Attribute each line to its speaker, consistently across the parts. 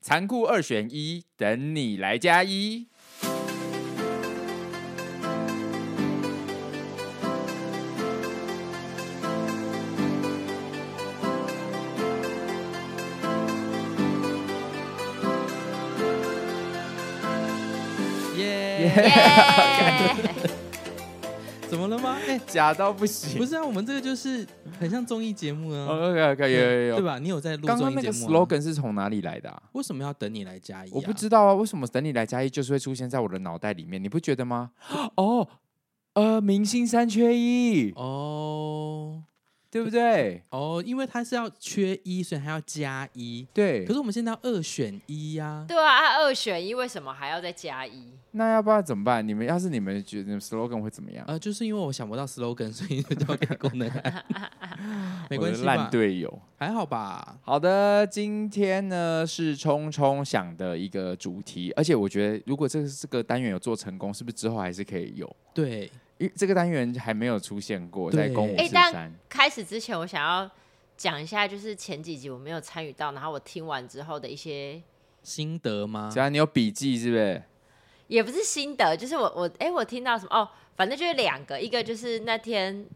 Speaker 1: 残酷二选一，等你来加一。耶、
Speaker 2: 怎么了吗？哎、
Speaker 1: 假到不行。
Speaker 2: 不是啊，我们这个就是很像综艺节目啊，
Speaker 1: o k 哦 OK，有有有
Speaker 2: 对吧？你有在录
Speaker 1: 刚
Speaker 2: 综
Speaker 1: 刚
Speaker 2: 艺
Speaker 1: 那
Speaker 2: 节
Speaker 1: 个
Speaker 2: 目、啊？
Speaker 1: slogan 是从哪里来的、啊？
Speaker 2: 为什么要等你来加一、啊？
Speaker 1: 我不知道啊，为什么等你来加一就是会出现在我的脑袋里面？你不觉得 吗？哦，呃，明星三缺一，
Speaker 2: 哦
Speaker 1: 对不对？
Speaker 2: 哦，因为它是要缺一，所以还要加一。
Speaker 1: 对
Speaker 2: 可，是我们现在要二选一呀、
Speaker 3: 对啊，啊二选一为什么还要再加一？
Speaker 1: 那要不然怎么办？你们要是你们觉得 slogan 会怎么样？
Speaker 2: 呃，就是因为我想不到 slogan，所以就交给功 能来。没
Speaker 1: 我
Speaker 2: 关
Speaker 1: 的
Speaker 2: 系
Speaker 1: 烂
Speaker 2: 吧，
Speaker 1: 队友。
Speaker 2: 还好吧？
Speaker 1: 好的，今天呢是冲冲想的一个主题，而且我觉得如果这个这个单元有做成功，是不是之后还是可以有？
Speaker 2: 对，
Speaker 1: 因为这个单元还没有出现过，在
Speaker 2: 对
Speaker 1: 公五
Speaker 2: 哎
Speaker 1: 四
Speaker 3: 但
Speaker 1: 三。
Speaker 3: 开始之前，我想要讲一下，就是前几集我没有参与到，然后我听完之后的一些，
Speaker 2: 心得吗
Speaker 1: 只？要啊你有笔记，是不是？
Speaker 3: 也不是心得，就是我我哎、我听到什么哦，反正就是两个，一个就是那天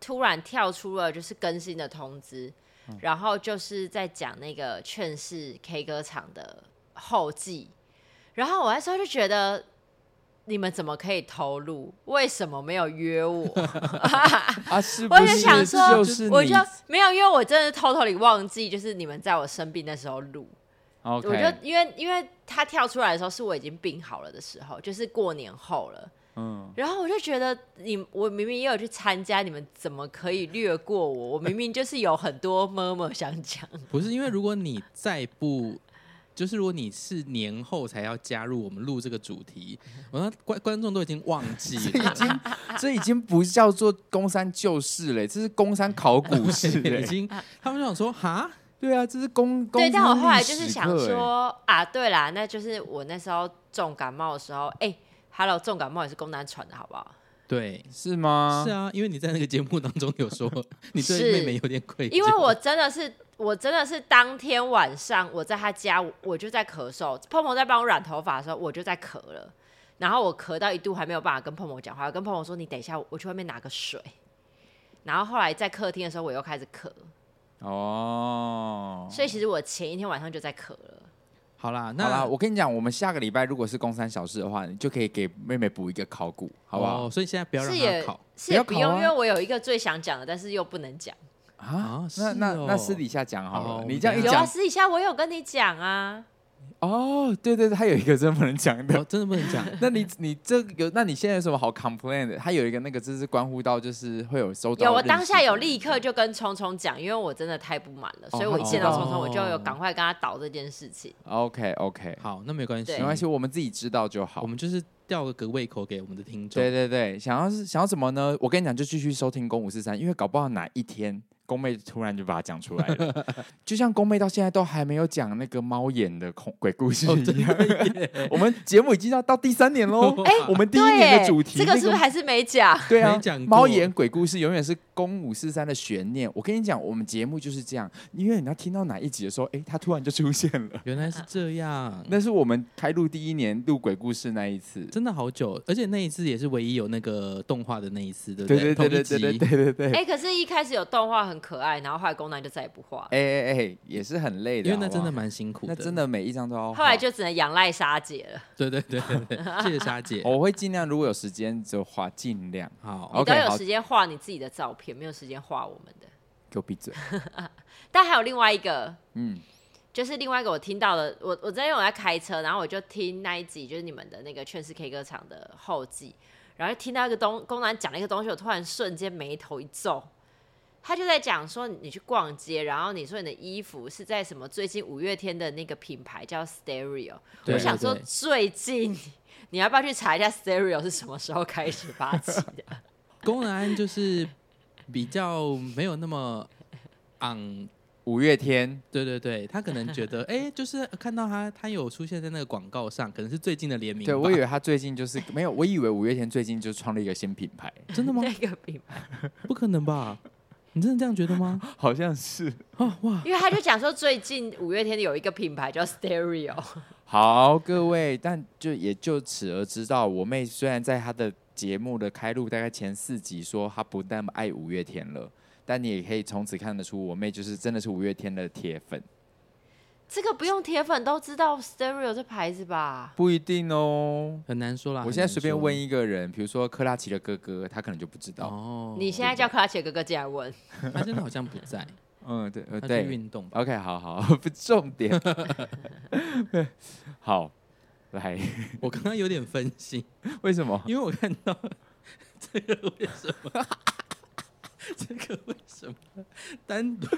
Speaker 3: 突然跳出了就是更新的通知，然后就是在讲那个劝世 K 歌场的后记，然后我那时候就觉得。你们怎么可以投入？为什么没有约我？
Speaker 1: 啊，是不是？
Speaker 3: 我就想说
Speaker 1: 就是你
Speaker 3: 我就没有，因为我真的偷偷里忘记，就是你们在我生病的时候录
Speaker 1: OK，
Speaker 3: 我就因为因为他跳出来的时候是我已经病好了的时候，就是过年后了，
Speaker 1: 嗯，
Speaker 3: 然后我就觉得你我明明也有去参加，你们怎么可以略过我？我明明就是有很多么么想讲，
Speaker 2: 不是因为如果你再不，就是如果你是年后才要加入我们录这个主题，
Speaker 1: 嗯
Speaker 2: 我那观观众都已经忘记
Speaker 1: 这已
Speaker 2: 了，
Speaker 1: 经这已经不叫做公山旧事嘞，这是公山考古 事
Speaker 2: 已
Speaker 1: 嘞。
Speaker 2: 经他们就想说哈，
Speaker 1: 对啊，这是公公
Speaker 3: 对，
Speaker 1: 司
Speaker 3: 但我后来
Speaker 1: 历
Speaker 3: 就是
Speaker 1: 史
Speaker 3: 想
Speaker 1: 课欸，
Speaker 3: 说啊，对啦，那就是我那时候重感冒的时候，哎、h e l l o 重感冒也是宫南传的好不好？
Speaker 2: 对。
Speaker 1: 是吗？
Speaker 2: 是啊，因为你在那个节目当中 有说你
Speaker 3: 是
Speaker 2: 对妹妹有点愧疚，
Speaker 3: 因为我真的是，我真的是当天晚上我在他家，我我就在咳嗽。碰碰在帮我染头发的时候，我就在咳了。然后我咳到一度还没有办法跟碰碰讲话，我跟碰碰说：“你等一下，我去外面拿个水。”然后后来在客厅的时候，我又开始咳。
Speaker 1: 哦，
Speaker 3: 所以其实我前一天晚上就在咳了。
Speaker 2: 好啦，那
Speaker 1: 好啦，我跟你讲，我们下个礼拜如果是公山小事的话，你就可以给妹妹补一个考古，好不好？
Speaker 2: 哦所以现在不要让
Speaker 3: 是
Speaker 2: 他
Speaker 3: 也
Speaker 2: 考
Speaker 3: 是也
Speaker 1: 不
Speaker 3: 不
Speaker 1: 要考
Speaker 3: 用，
Speaker 1: 啊
Speaker 3: 因为我有一个最想讲的，但是又不能讲。
Speaker 1: 啊
Speaker 2: 啊，
Speaker 1: 那那
Speaker 2: 是哦
Speaker 1: 那私底下讲好了
Speaker 2: 哦，
Speaker 1: 你这样一
Speaker 3: 有啊，
Speaker 1: 哎讲，
Speaker 3: 私底下我有跟你讲啊。
Speaker 1: 哦，对对对，他有一个真不能讲的
Speaker 2: 哦，。真的不能讲
Speaker 1: 那你你这个有，那你现在有什么好 complain 的？他有一个那个，就是关乎到就是会有收到。
Speaker 3: 有，我当下有立刻就跟聪聪讲，因为我真的太不满了，所以我一见到聪聪，我就有赶快跟他导这件事情。
Speaker 1: OK OK，
Speaker 2: 好，那没关系，
Speaker 3: 对
Speaker 1: 没关系，我们自己知道就好。
Speaker 2: 我们就是吊个胃口给我们的听众。
Speaker 1: 对对对，想要是想要什么呢？我跟你讲，就继续收听宫五四三，因为搞不好哪一天宫妹突然就把它讲出来了， 就像宫妹到现在都还没有讲那个猫眼的恐鬼故事
Speaker 2: 哦
Speaker 1: 一样。 我们节目已经要到第三年 喽，
Speaker 2: 哎
Speaker 1: 我们第一
Speaker 3: 对
Speaker 1: 年的
Speaker 3: 耶
Speaker 1: 主题
Speaker 3: 这个
Speaker 1: 那
Speaker 3: 是不是还是没讲？
Speaker 1: 对啊
Speaker 2: 没讲，过
Speaker 1: 猫眼鬼故事永远是公五四三的悬念。我跟你讲，我们节目就是这样，因为你要听到哪一集的时候，哎，它突然就出现了。
Speaker 2: 原来是这样，
Speaker 1: 那是我们开录第一年录鬼故事那一次，
Speaker 2: 真的好久，而且那一次也是唯一有那个动画的那一次，对不
Speaker 1: 对对对
Speaker 2: 对同
Speaker 1: 对
Speaker 2: 一
Speaker 1: 对
Speaker 2: 集
Speaker 1: 对对对对。
Speaker 3: 哎、可是一开始有动画很可爱，然后后来宫南就再也不画，
Speaker 1: 哎哎哎，也是很累的，
Speaker 2: 因为那
Speaker 1: 好不
Speaker 2: 真
Speaker 1: 好
Speaker 2: 的蛮辛苦
Speaker 1: 那
Speaker 2: 的，
Speaker 1: 真的每一张都要画。
Speaker 3: 后来就只能仰赖沙姐了。
Speaker 2: 对对对对对，谢谢莎姐。
Speaker 1: 我会尽量，如果有时间就画，尽量
Speaker 2: 好，
Speaker 1: OK，
Speaker 3: 你都有
Speaker 1: 好
Speaker 3: 时间画你自己的照片，没有时间画我们的。
Speaker 1: 给我闭嘴。
Speaker 3: 但还有另外一个，
Speaker 1: 嗯，
Speaker 3: 就是另外一个我听到的，我我在因为我在开车，然后我就听那一集，就是你们的那个劝世 K 歌场的后记，然后听到一个东公男讲了一个东西，我突然瞬间眉头一皱。他就在讲说，你去逛街，然后你说你的衣服是在什么？最近五月天的那个品牌叫 Stereo，
Speaker 2: 对
Speaker 3: 我想
Speaker 2: 对
Speaker 3: 说
Speaker 2: 对
Speaker 3: 最近 你要不要去查一下 Stereo 是什么时候开始发起的？
Speaker 2: 宫南安就是 比较没有那么昂。
Speaker 1: 五月天
Speaker 2: 对对对，他可能 觉得，哎、就是看到他，他有出现在那个广告上，可能是最近的联名吧。
Speaker 1: 对我以为他最近就是没有，我 以为五月天最近就创立一个新品牌。
Speaker 2: 真的吗？
Speaker 3: 那个品牌
Speaker 2: 不可能吧？你真的这样觉 得吗？
Speaker 1: 好像是。
Speaker 2: 啊哇，
Speaker 3: 因为他就讲说最近五月天有一个品牌叫 Stereo，
Speaker 1: 好，各位，但就也就此而知道，我妹虽然在她的节目的开录大概前四集说她不那么爱五月天了，但你也可以从此看得出，我妹就是真的是五月天的铁粉。
Speaker 3: 这个不用铁粉都知道 Stereo 这牌子吧？
Speaker 1: 不一定哦，
Speaker 2: 很难说啦。
Speaker 1: 我
Speaker 2: 很
Speaker 1: 现在
Speaker 2: 难
Speaker 1: 随便
Speaker 2: 说
Speaker 1: 问一个人，比如说克拉奇的哥哥，他可能就不知道。
Speaker 2: 哦，
Speaker 3: 你现在叫克拉奇哥哥进来问，
Speaker 2: 他真的好像不 在，
Speaker 1: 嗯，对，呃，
Speaker 2: 他
Speaker 1: 对
Speaker 2: 去运动吧。
Speaker 1: ，OK，好好，不重点。 好，来，
Speaker 2: 我刚刚有点分心，
Speaker 1: 为什么？
Speaker 2: 因为我看到这个为什么， 这个为什么单独？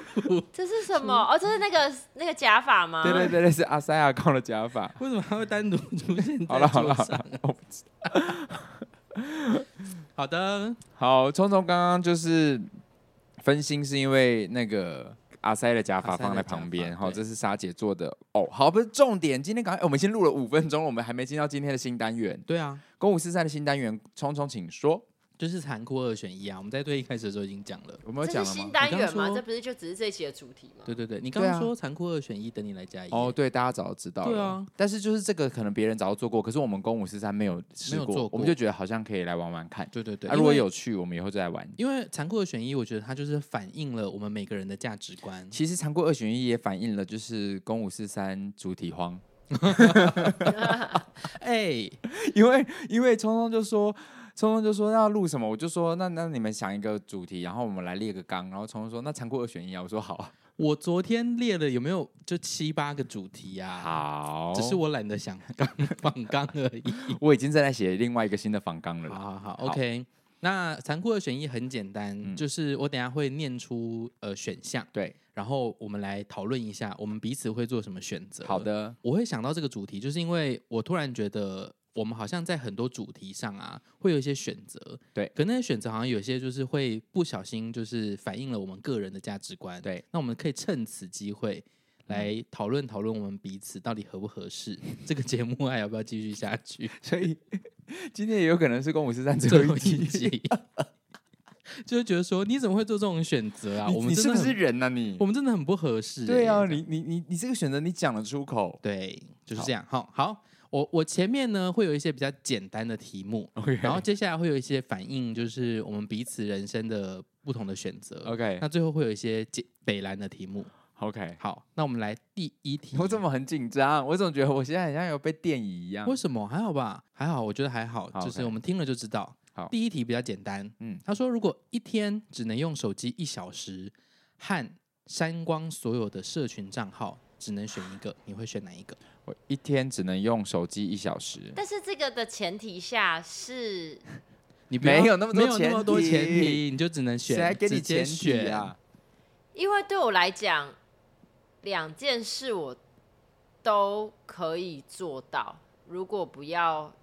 Speaker 3: 这是什么？哦，这是那个那个假发
Speaker 2: 啊
Speaker 3: 吗？
Speaker 1: 对对对对，是阿塞亚康的假发。
Speaker 2: 为什么他会单独出现在
Speaker 1: 好了好
Speaker 2: 桌
Speaker 1: 了，好
Speaker 2: 上？
Speaker 1: 了我不知
Speaker 2: 好的，
Speaker 1: 好，聪聪刚刚就是分心，是因为那个阿塞的假发
Speaker 2: 阿塞的
Speaker 1: 放在旁边，
Speaker 2: 假发
Speaker 1: 好，
Speaker 2: 对
Speaker 1: 这是莎姐做的哦。好，不是重点，今天赶快，我们先录了五分钟，我们还没进到今天的新单元，
Speaker 2: 对啊，
Speaker 1: 公五四三的新单元，聪聪请说，
Speaker 2: 就是残酷二选一啊。我们在最一开始的时候已经讲了。
Speaker 1: 我们有
Speaker 3: 这
Speaker 1: 讲
Speaker 3: 是
Speaker 1: 了
Speaker 3: 新
Speaker 1: 吗？
Speaker 3: 单
Speaker 2: 你刚
Speaker 3: 元吗？
Speaker 2: 说
Speaker 3: 这不是就只是这一期的主题吗？
Speaker 2: 对对对，你刚刚
Speaker 1: 对啊
Speaker 2: 说残酷二选一，等你来加一。
Speaker 1: 哦，，对，大家早就知道了。
Speaker 2: 对啊，
Speaker 1: 但是就是这个可能别人早就做过，可是我们公五四三没有试
Speaker 2: 没有做过
Speaker 1: 我们就觉得好像可以来玩玩看。
Speaker 2: 对对对，嗯
Speaker 1: 啊，如果有趣，我们以后再来玩。
Speaker 2: 因为，因为残酷二选一，我觉得它就是反映了我们每个人的价值观。
Speaker 1: 其实残酷二选一也反映了就是公五四三主题荒。
Speaker 2: 哎，
Speaker 1: 因为因为聪聪就说，聪聪就说那要录什么，我就说那那你们想一个主题，然后我们来列个纲，然后聪聪说那残酷二选一啊，我说好啊
Speaker 2: 我昨天列了有没有就七八个主题啊？
Speaker 1: 好
Speaker 2: 只是我懒得想 刚放刚而已。
Speaker 1: 我已经正在写另外一个新的访纲了
Speaker 2: 好
Speaker 1: 啦。
Speaker 2: 好好
Speaker 1: 好
Speaker 2: ，OK。那残酷二选一很简单，
Speaker 1: 嗯
Speaker 2: 就是我等一下会念出呃选项，
Speaker 1: 对，
Speaker 2: 然后我们来讨论一下我们彼此会做什么选择。
Speaker 1: 好，的，
Speaker 2: 我会想到这个主题，就是因为我突然觉得我们好像在很多主题上啊，会有一些选择，
Speaker 1: 对
Speaker 2: 可那些选择好像有些就是会不小心就是反映了我们个人的价值观，
Speaker 1: 对，
Speaker 2: 那我们可以趁此机会。来讨论讨论我们彼此到底合不合适，这个节目还要不要继续下去？
Speaker 1: 所以今天也有可能是公五四三最
Speaker 2: 最
Speaker 1: 后
Speaker 2: 后
Speaker 1: 一
Speaker 2: 一
Speaker 1: 集。
Speaker 2: 集， 就是觉得说你怎么会做这种选择啊？
Speaker 1: 你
Speaker 2: 我们
Speaker 1: 你
Speaker 2: 真
Speaker 1: 是
Speaker 2: 的
Speaker 1: 不是
Speaker 2: 很
Speaker 1: 人呐、啊？你
Speaker 2: 我们真的很不合适欸、
Speaker 1: 对啊，你你你你这个选择你讲得出 口
Speaker 2: 对，就是
Speaker 1: 好
Speaker 2: 这样。好，好，我我前面呢会有一些比较简单的题目，
Speaker 1: ，OK，
Speaker 2: 然后接下来会有一些反映，就是我们彼此人生的不同的选择。
Speaker 1: OK
Speaker 2: 那最后会有一些简北蓝的题目。
Speaker 1: OK，
Speaker 2: 好，那我们来第一题。
Speaker 1: 我怎么很紧张？我总觉得我现在好像有被电椅一样
Speaker 2: 为。什么还好吧？还好，我觉得还好，
Speaker 1: 啊好
Speaker 2: 就是
Speaker 1: ，OK
Speaker 2: 我们听了就知道。
Speaker 1: 好
Speaker 2: 第一题比较简单。
Speaker 1: 嗯
Speaker 2: 嗯，他说如果一天只能用手机一小时，和删光所有的社群账号，只能选一个，你会选哪一个？
Speaker 1: 我一天只能用手机一小时。
Speaker 3: 但是这个的前提下是，
Speaker 2: 你不要
Speaker 1: 没有那么多
Speaker 2: 没有那么多
Speaker 1: 前
Speaker 2: 前
Speaker 1: 提
Speaker 2: 提，你就只能选，
Speaker 1: 谁还给你
Speaker 2: 直接
Speaker 1: 钱选
Speaker 2: 选
Speaker 1: 啊？？
Speaker 3: 因为对我来讲，两件事我都可以做到，如果不要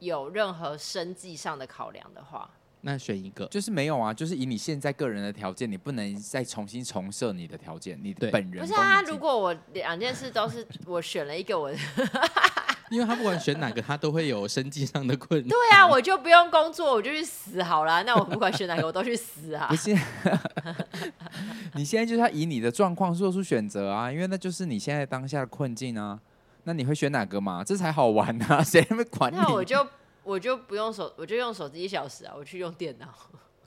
Speaker 3: 有任何生计上的考量的话，
Speaker 2: 那选一个，
Speaker 1: 就是没有啊，就是以你现在个人的条件，你不能再重新重设你的条件，你
Speaker 2: 对
Speaker 1: 本人
Speaker 3: 不是啊。
Speaker 1: 功能性
Speaker 3: 如果我两件事都是 我选了一个我，
Speaker 2: 因为他不管选哪个，他都会有生计上的 困难。
Speaker 3: 对
Speaker 1: 嗯
Speaker 3: 啊，我就不用工作，我就去死好啦。那我不 管选哪个，我都去死啊
Speaker 1: 不。是， 你现在就是要以你的状况做出选择啊，因为那就是你现在当下的困境啊。那你会选哪个嘛？这才好玩啊， 谁会管你？
Speaker 3: 那我就我就不用手，我就用手机一小时啊，我去用电脑。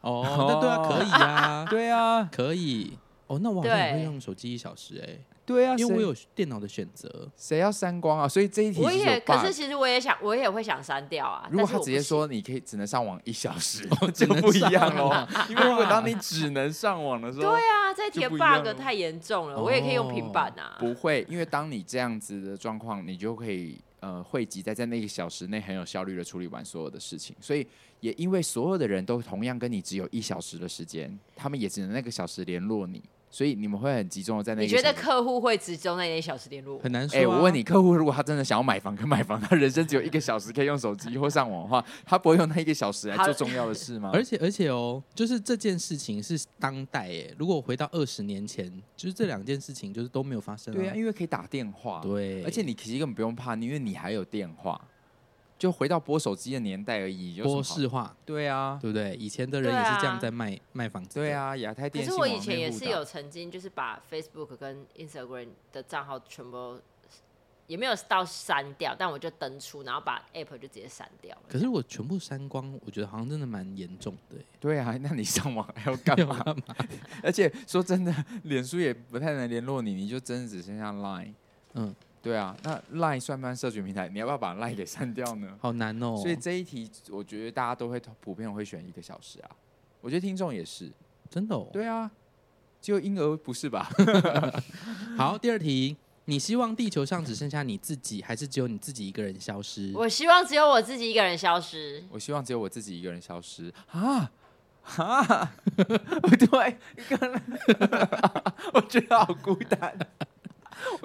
Speaker 2: 哦，
Speaker 1: 哦
Speaker 2: 那对啊，可以 啊，
Speaker 1: 对啊，
Speaker 2: 可以。哦，那我好像也会
Speaker 3: 对
Speaker 2: 用手机一小时哎、
Speaker 1: 对啊，
Speaker 2: 因为我
Speaker 1: 谁
Speaker 2: 有电脑的选择。
Speaker 1: 谁要删光啊？所以这一题
Speaker 3: 我
Speaker 1: 其实
Speaker 3: 也，
Speaker 1: 有
Speaker 3: 可是
Speaker 1: bug
Speaker 3: 其实我也想，我也会想删掉啊。
Speaker 1: 如果
Speaker 3: 但是
Speaker 1: 他
Speaker 3: 我
Speaker 1: 直接
Speaker 3: 不行，
Speaker 1: 说你可以只能上网一小 时，就
Speaker 2: 只能
Speaker 1: 不一啊
Speaker 2: 上
Speaker 1: 样喽
Speaker 2: 网。
Speaker 1: 因为如果当你只能上网的时候，
Speaker 3: 对啊，这题
Speaker 1: 就
Speaker 3: 的
Speaker 1: 不一样
Speaker 3: bug
Speaker 1: 了哦
Speaker 3: 太严重了，我也可以用平板啊。
Speaker 1: 不会，因为当你这样子的状况，你就可以呃汇集在在那个小时内很有效率的处理完所有的事情。所以也因为所有的人都同样跟你只有一小时的时间，他们也只能那个小时联络你，所以你们会很集中的在那
Speaker 3: 你
Speaker 1: 个
Speaker 3: 觉得
Speaker 1: 小时
Speaker 3: 客户会集中那一小时联络我？
Speaker 2: 很难说、
Speaker 1: 哎、
Speaker 2: 啊
Speaker 1: 我问你，，客户如果他真的想要买房跟卖房， 他人生只有一个小时可以用手机或上网的话，他不会用那一个小时来
Speaker 3: 好
Speaker 1: 做重要的事吗？
Speaker 2: 而且而且哦，就是这件事情是当代哎、如果回到二十年前，就是这两件事情就是都没
Speaker 3: 啊
Speaker 2: 有发生、啊
Speaker 1: 对啊，因为可以打电话，
Speaker 2: 对，
Speaker 1: 而且你其实根本不用怕，因为你还有电话。就回到拨手机的年代而已，有什么
Speaker 2: 波
Speaker 1: 好
Speaker 2: 式化，
Speaker 1: 对啊，
Speaker 2: 对不对？以前的人
Speaker 3: 对
Speaker 2: 也
Speaker 3: 啊
Speaker 2: 是这样在卖、卖房子。
Speaker 1: 对，啊，亚太
Speaker 3: 可
Speaker 1: 电
Speaker 3: 是
Speaker 1: 信
Speaker 3: 我
Speaker 1: 网
Speaker 3: 以前
Speaker 1: 内
Speaker 3: 也
Speaker 1: 互
Speaker 3: 是
Speaker 1: 打
Speaker 3: 有曾经就是把 Facebook 跟 Instagram 的账号全部也没有到删掉，但我就登出，然后把 App 就直接删掉了。
Speaker 2: 可是我全部删光，我觉得好像真的蛮严重的欸。
Speaker 1: 对啊， 那你上网 还要干嘛？而且说真的，脸书也不太能联络你，你就真的只剩下 Line。
Speaker 2: 嗯，
Speaker 1: 对啊，那 Line 算不算社群平台？你要不要把 Line 给删掉呢？
Speaker 2: 好难哦。
Speaker 1: 所以这一题，我觉得大家都会普遍会选一个小时啊。我觉得听众也是，
Speaker 2: 真的哦。
Speaker 1: 对啊，只有婴儿不是吧？
Speaker 2: 好，第二题，你希望地球上只剩下你自己，还是只有你自己一个人消失？
Speaker 3: 我希望只有我自己一个人消失。
Speaker 1: 我希望只有我自己一个人消失啊啊！ 我突然一个人， 我觉得好孤单。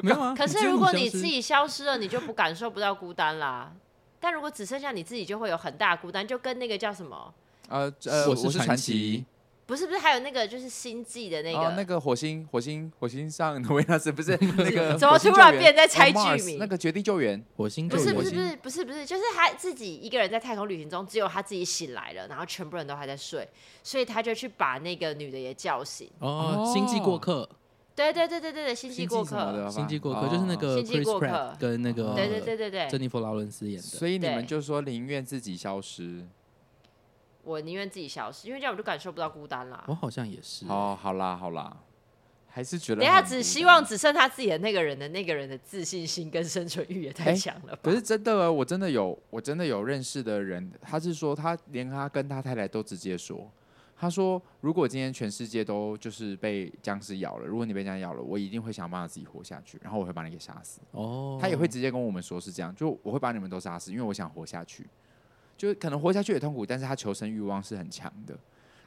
Speaker 2: 没有啊。
Speaker 3: 可
Speaker 2: 只
Speaker 3: 是
Speaker 2: 有
Speaker 3: 如果
Speaker 2: 消
Speaker 3: 你
Speaker 2: 失
Speaker 3: 自己消失了，你就不感受不到孤单啦。但如果只剩下你自己，就会有很大的孤单，就跟那个叫什么？
Speaker 1: 呃呃，
Speaker 2: 我
Speaker 1: 我
Speaker 2: 是传
Speaker 1: 传
Speaker 2: 奇
Speaker 1: 奇，
Speaker 3: 不是不是，还有那个就是星际的那个，
Speaker 1: 哦，那个火星，火星，火星上 的维纳斯不是那个
Speaker 3: 怎么
Speaker 1: 火星
Speaker 3: 突然
Speaker 1: 救援
Speaker 3: 变在猜
Speaker 1: 哦，Mars，
Speaker 3: 剧名
Speaker 1: 那个绝地救援，
Speaker 2: 火星
Speaker 3: 不
Speaker 2: 救
Speaker 3: 是
Speaker 2: 援，
Speaker 3: 不是
Speaker 1: 星
Speaker 3: 不是不是不是，就是他自己一个人在太空旅行中，只有他自己醒来了，然后全部人都还在睡，所以他就去把那个女的也叫醒。
Speaker 2: 哦，星际过客，
Speaker 3: 对对对对对对，星际过
Speaker 1: 什么的
Speaker 3: 客，
Speaker 1: 吧
Speaker 2: 哦星际过客就是那
Speaker 1: 哦
Speaker 2: 个
Speaker 3: 星际
Speaker 2: Chris
Speaker 3: 过客哦
Speaker 2: Pratt 跟那个
Speaker 3: 对对对对对，
Speaker 2: 珍妮弗劳伦斯演的。
Speaker 1: 哎所以你们
Speaker 3: 对
Speaker 1: 就说宁愿自己消失。
Speaker 3: 我宁愿自己消失，因为这样我就感受不到孤单啦
Speaker 2: 我。好像也是，
Speaker 1: 哦，好啦好啦，还是觉得
Speaker 3: 等一下，
Speaker 1: 很
Speaker 3: 只
Speaker 1: 孤
Speaker 3: 希
Speaker 1: 单啊
Speaker 3: 望只剩他自己的那个人的那个人的自信心跟生存欲也太
Speaker 1: 哎
Speaker 3: 强了吧？
Speaker 1: 可是真的，我真的有，我真的有认识的人，他是说他连他跟他太太都直接说，他说如果今天全世界都就是被僵尸咬了，如果你被僵尸咬了，我一定会想办法自己活下去，然后我会把你给杀死。
Speaker 2: 哦，
Speaker 1: 他也会直接跟我们说是这样，就我会把你们都杀死，因为我想活下去。就是可能活下去也痛苦，但是他求生欲望是很强的。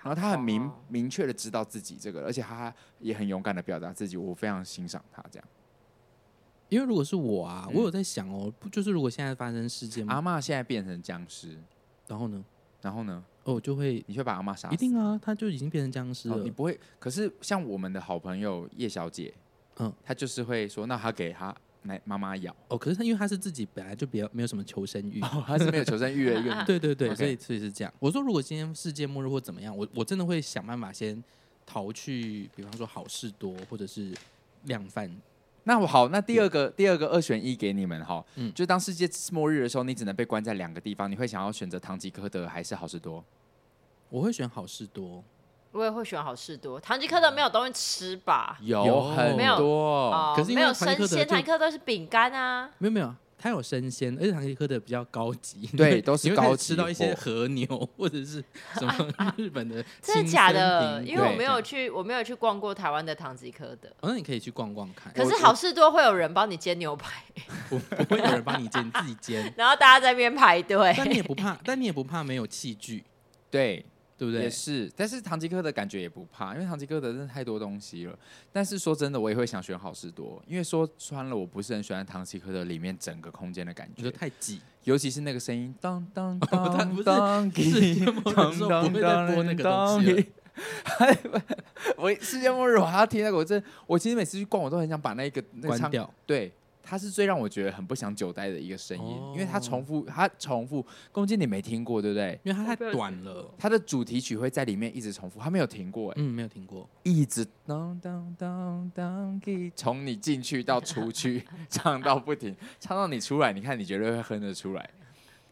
Speaker 1: 然后他很明
Speaker 3: 好棒哦
Speaker 1: 明确的知道自己这个，而且他也很勇敢的表达自己，我非常欣赏他这样。
Speaker 2: 因为如果是我啊，
Speaker 1: 嗯啊
Speaker 2: 我有在想哦，不就是如果现在发生事件
Speaker 1: 阿
Speaker 2: 嘛，
Speaker 1: 嬷现在变成僵尸，
Speaker 2: 然后呢，
Speaker 1: 然后呢，
Speaker 2: 哦，我就会
Speaker 1: 你却把阿嬷杀死，
Speaker 2: 一定啊，他就已经变成僵尸
Speaker 1: 哦你
Speaker 2: 了。
Speaker 1: 不会。可是像我们的好朋友叶小姐，
Speaker 2: 嗯
Speaker 1: 嗯，她就是会说，那她给她奶妈妈咬，
Speaker 2: 哦，可是他因为他是自己本来就比较没有什么求生欲，
Speaker 1: 哦， 她是没有求生欲的一个女
Speaker 2: 对对对，
Speaker 1: OK
Speaker 2: 所以所以是这样。我说，如果今天世界末日或怎么样，我我真的会想办法先逃去，比方说好事多或者是量贩。
Speaker 1: 那我好，那第二个第二个二选一给你们哈，
Speaker 2: 嗯
Speaker 1: 就当世界末日的时候，你只能被关在两个地方，你会想要选择唐吉诃德还是好事多？
Speaker 2: 我会选好事多，
Speaker 3: 我也会选好事多。唐吉诃
Speaker 2: 哦
Speaker 3: 德没有东西吃吧？
Speaker 2: 有
Speaker 1: 很
Speaker 2: 没
Speaker 3: 有
Speaker 1: 多，
Speaker 3: 哦，
Speaker 2: 可是因
Speaker 3: 没
Speaker 2: 为
Speaker 3: 有
Speaker 2: 唐吉诃
Speaker 3: 生
Speaker 2: 德
Speaker 3: 鲜，
Speaker 2: 就
Speaker 3: 唐吉诃德是饼干啊。
Speaker 2: 没有没有，它有生鲜，而且唐吉诃德比较高级，
Speaker 1: 对
Speaker 2: 你 会
Speaker 1: 都是
Speaker 2: 你会开始
Speaker 1: 高级
Speaker 2: 吃到一些
Speaker 1: 货
Speaker 2: 和牛 或者是什么 日本的青
Speaker 3: 啊真的假的？
Speaker 2: 森苹
Speaker 3: 因
Speaker 2: 果
Speaker 3: 为我
Speaker 1: 对
Speaker 3: 没
Speaker 2: 这
Speaker 3: 有
Speaker 2: 样
Speaker 3: 去，我没有去逛过台湾的唐吉诃德。
Speaker 2: 哦，那你可以去逛逛看，
Speaker 3: 可
Speaker 1: 我
Speaker 3: 是好事多会有人帮你煎牛排，，
Speaker 2: 不不会有人帮你煎，你自己煎
Speaker 3: 然后大家在那边排队。
Speaker 2: 但你也不怕，但你也不怕没有器具，
Speaker 1: 对，
Speaker 2: 对不
Speaker 1: 也
Speaker 2: 对？
Speaker 1: 是。但是唐吉诃德感觉也不怕，因为唐吉诃德真的太多东西了。但是说真的，我也会想选好事多，因为说穿了，我不是很喜欢唐吉诃德里面整个空间的感
Speaker 2: 你说
Speaker 1: 觉，
Speaker 2: 太挤，
Speaker 1: 尤其是那个声音，当当
Speaker 2: 他不
Speaker 1: 当
Speaker 2: 是
Speaker 1: 当，
Speaker 2: 世界末日的时候不会再播那个东西了。
Speaker 1: 我世界末日，我还要听那个，我真，我其实每次去逛，我都很想把那个那个
Speaker 2: 关
Speaker 1: 唱。
Speaker 2: 掉。
Speaker 1: 对，它是最让我觉得很不想久待的一个声音，
Speaker 2: 哦
Speaker 1: 因为它重复，它重复。攻击你没听过对不对？
Speaker 2: 因为它太
Speaker 3: 我没有
Speaker 2: 短
Speaker 3: 听
Speaker 2: 了
Speaker 3: 过。
Speaker 1: 它的主题曲会在里面一直重复，它没有停过、哎、
Speaker 2: 嗯，没有听过。
Speaker 1: 一直当当当当，滴从你进去到出去，唱到不停，唱到你出来，你看你绝对会哼得出来。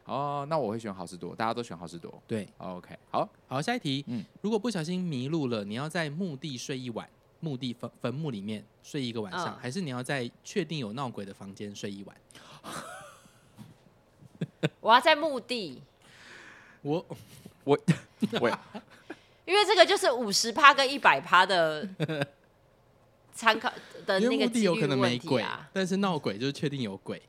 Speaker 1: 哦，那我会选好事多，大家都选好事多。
Speaker 2: 对，
Speaker 1: OK，好，
Speaker 2: 好，下一题。
Speaker 1: 嗯
Speaker 2: 如果不小心迷路了，你要在墓地睡一晚，墓地坟坟墓里面睡一个晚上，
Speaker 3: 嗯
Speaker 2: 还是你要在确定有闹鬼的房间睡一晚？
Speaker 3: 我要在墓地，
Speaker 2: 我
Speaker 1: 我
Speaker 3: 因为这个就是五十趴跟一百趴的 参考的
Speaker 2: 因
Speaker 3: 呃那
Speaker 2: 为
Speaker 3: 个
Speaker 2: 墓地
Speaker 3: 几
Speaker 2: 有可
Speaker 3: 率
Speaker 2: 能没
Speaker 3: 问题
Speaker 2: 鬼，
Speaker 3: 啊。
Speaker 2: 但是闹鬼就是确定有鬼。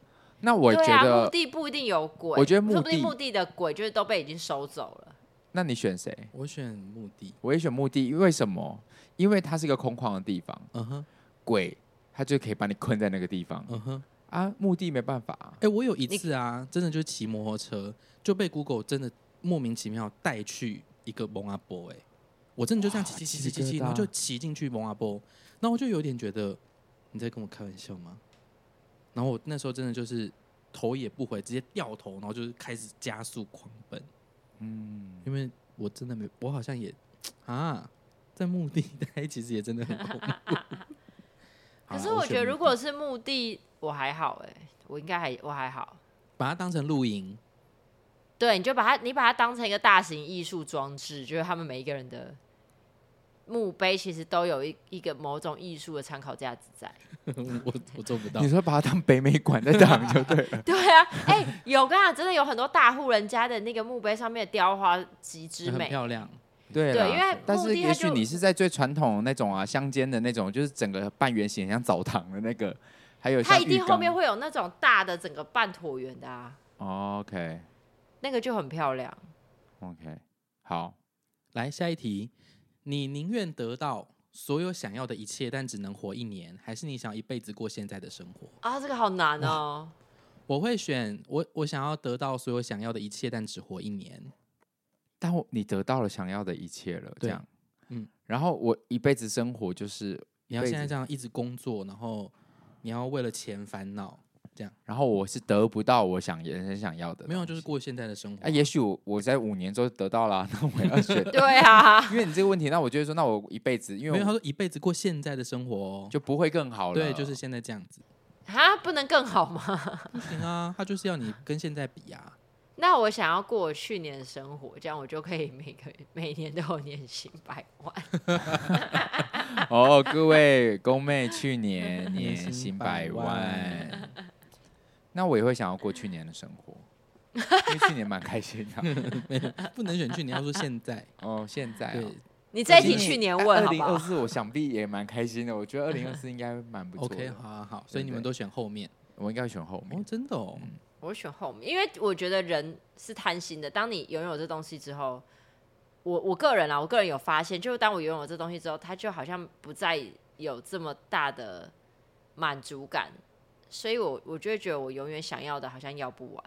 Speaker 1: 那我
Speaker 3: 对
Speaker 1: 觉
Speaker 3: 啊，
Speaker 1: 得，
Speaker 3: 墓地不一定有鬼，
Speaker 1: 我觉得墓
Speaker 3: 说不定
Speaker 1: 地
Speaker 3: 墓地的鬼就是都被已经收走了。
Speaker 1: 那你选谁？
Speaker 2: 我选墓地。
Speaker 1: 我也选墓地，为什么？因为它是一个空旷的地方，
Speaker 2: 嗯哼，
Speaker 1: 鬼它就可以把你困在那个地方
Speaker 2: 嗯哼。
Speaker 1: 啊。墓地没办法啊、
Speaker 2: 哎、我有一次啊，真的就是骑摩托车就被 Google 真的莫名其妙带去一个蒙阿波、哎，我真的就这样骑骑骑骑骑骑，
Speaker 1: 鸡皮疙瘩
Speaker 2: 然后就骑进去蒙阿波，然后我就有点觉得你在跟我开玩笑吗？然后我那时候真的就是头也不回，直接掉头，然后就是开始加速狂奔。嗯，因为我真的没，我好像也啊，在目的待其实也真的很恐怖。 好
Speaker 3: 可
Speaker 2: 啦
Speaker 3: 是我
Speaker 2: 选
Speaker 3: 觉得
Speaker 2: 目
Speaker 3: 如
Speaker 2: 的
Speaker 3: 果是墓地，我还好哎、我应该还我还好。
Speaker 2: 把它当成露营，
Speaker 3: 对，你就把它，你把它当成一个大型艺术装置，就是他们每一个人的墓碑其实都有一一个某种艺术的参考价值在。。
Speaker 2: 我我做不到
Speaker 1: 你。说把它当北美馆在挡就对了
Speaker 3: 对啊，哎、有我跟你讲，真的有很多大户人家的那个墓碑上面的雕花极之
Speaker 2: 很
Speaker 3: 美，
Speaker 2: 漂亮，
Speaker 1: 对啦
Speaker 3: 对因为
Speaker 1: 啊
Speaker 2: 哦
Speaker 1: 但
Speaker 3: 目
Speaker 1: 是
Speaker 3: 的
Speaker 1: 也
Speaker 3: 它
Speaker 1: 许
Speaker 3: 就
Speaker 1: 你是在最传统的那种啊，乡间的那种，就是整个半圆形，很像澡堂的那个，还有
Speaker 3: 它
Speaker 1: 像
Speaker 3: 一
Speaker 1: 浴
Speaker 3: 定后
Speaker 1: 缸。
Speaker 3: 面会有那种大的整个半椭圆的啊，
Speaker 1: 哦 OK
Speaker 3: 那个就很漂亮。
Speaker 1: OK，好，
Speaker 2: 来下一题，你宁愿得到所有想要的一切，但只能活一年，还是你想要一辈子过现在的生活？
Speaker 3: 啊，这个好难 哦。，
Speaker 2: 我会选我，我想要得到所有想要的一切，但只活一年。
Speaker 1: 但我你得到了想要的一切了，这
Speaker 2: 对
Speaker 1: 样，
Speaker 2: 嗯，
Speaker 1: 然后我一辈子生活就是
Speaker 2: 你要
Speaker 1: 一辈
Speaker 2: 现在
Speaker 1: 子
Speaker 2: 这样一直工作，然后你要为了钱烦恼，
Speaker 1: 然后我是得不到我想人生想要的东西，
Speaker 2: 没有就是过现在的生活。
Speaker 1: 啊，也许我我在五年之后得到了啊，那我要选
Speaker 3: 对啊，
Speaker 1: 因为你这个问题，那我就会说，那我一辈子，因
Speaker 2: 没
Speaker 1: 为
Speaker 2: 有他
Speaker 1: 我
Speaker 2: 说一辈子过现在的生活、哦，
Speaker 1: 就不会更好了，
Speaker 2: 对，就是现在这样子，
Speaker 3: 啊，不能更好吗？
Speaker 2: 不行啊，他就是要你跟现在比啊。
Speaker 3: 那我想要过我去年的生活，这样我就可以每个每年都有年薪百 万。
Speaker 1: 哦，各位宫妹去年
Speaker 2: 年
Speaker 1: 年
Speaker 2: 薪
Speaker 1: 薪
Speaker 2: 百
Speaker 1: 百
Speaker 2: 万
Speaker 1: 万， 那我也会想要过去年的生 活，因为去年蛮开心 的。
Speaker 2: 不能选去，你要说现 在。
Speaker 1: 哦，现在哦、
Speaker 2: 对
Speaker 3: 你这一题去年问
Speaker 1: 二
Speaker 3: 好
Speaker 1: 零
Speaker 3: 不
Speaker 1: 二
Speaker 3: 好？
Speaker 1: 四，2024我想必也蛮开心的。我觉得二零二四应该蛮 不错的。
Speaker 2: ，OK，好好好，所
Speaker 1: 对
Speaker 2: 以你们都选后面
Speaker 1: 我应该会选后面。嗯
Speaker 2: 哦，真的哦，
Speaker 3: 我选后面，因为我觉得人是贪心的。当你拥有这东西之后，我我个人啊，我个人有发现，就是当我拥有这东西之后，它就好像不再有这么大的满足感，所以我我就会觉得我永远想要的好像要 不完。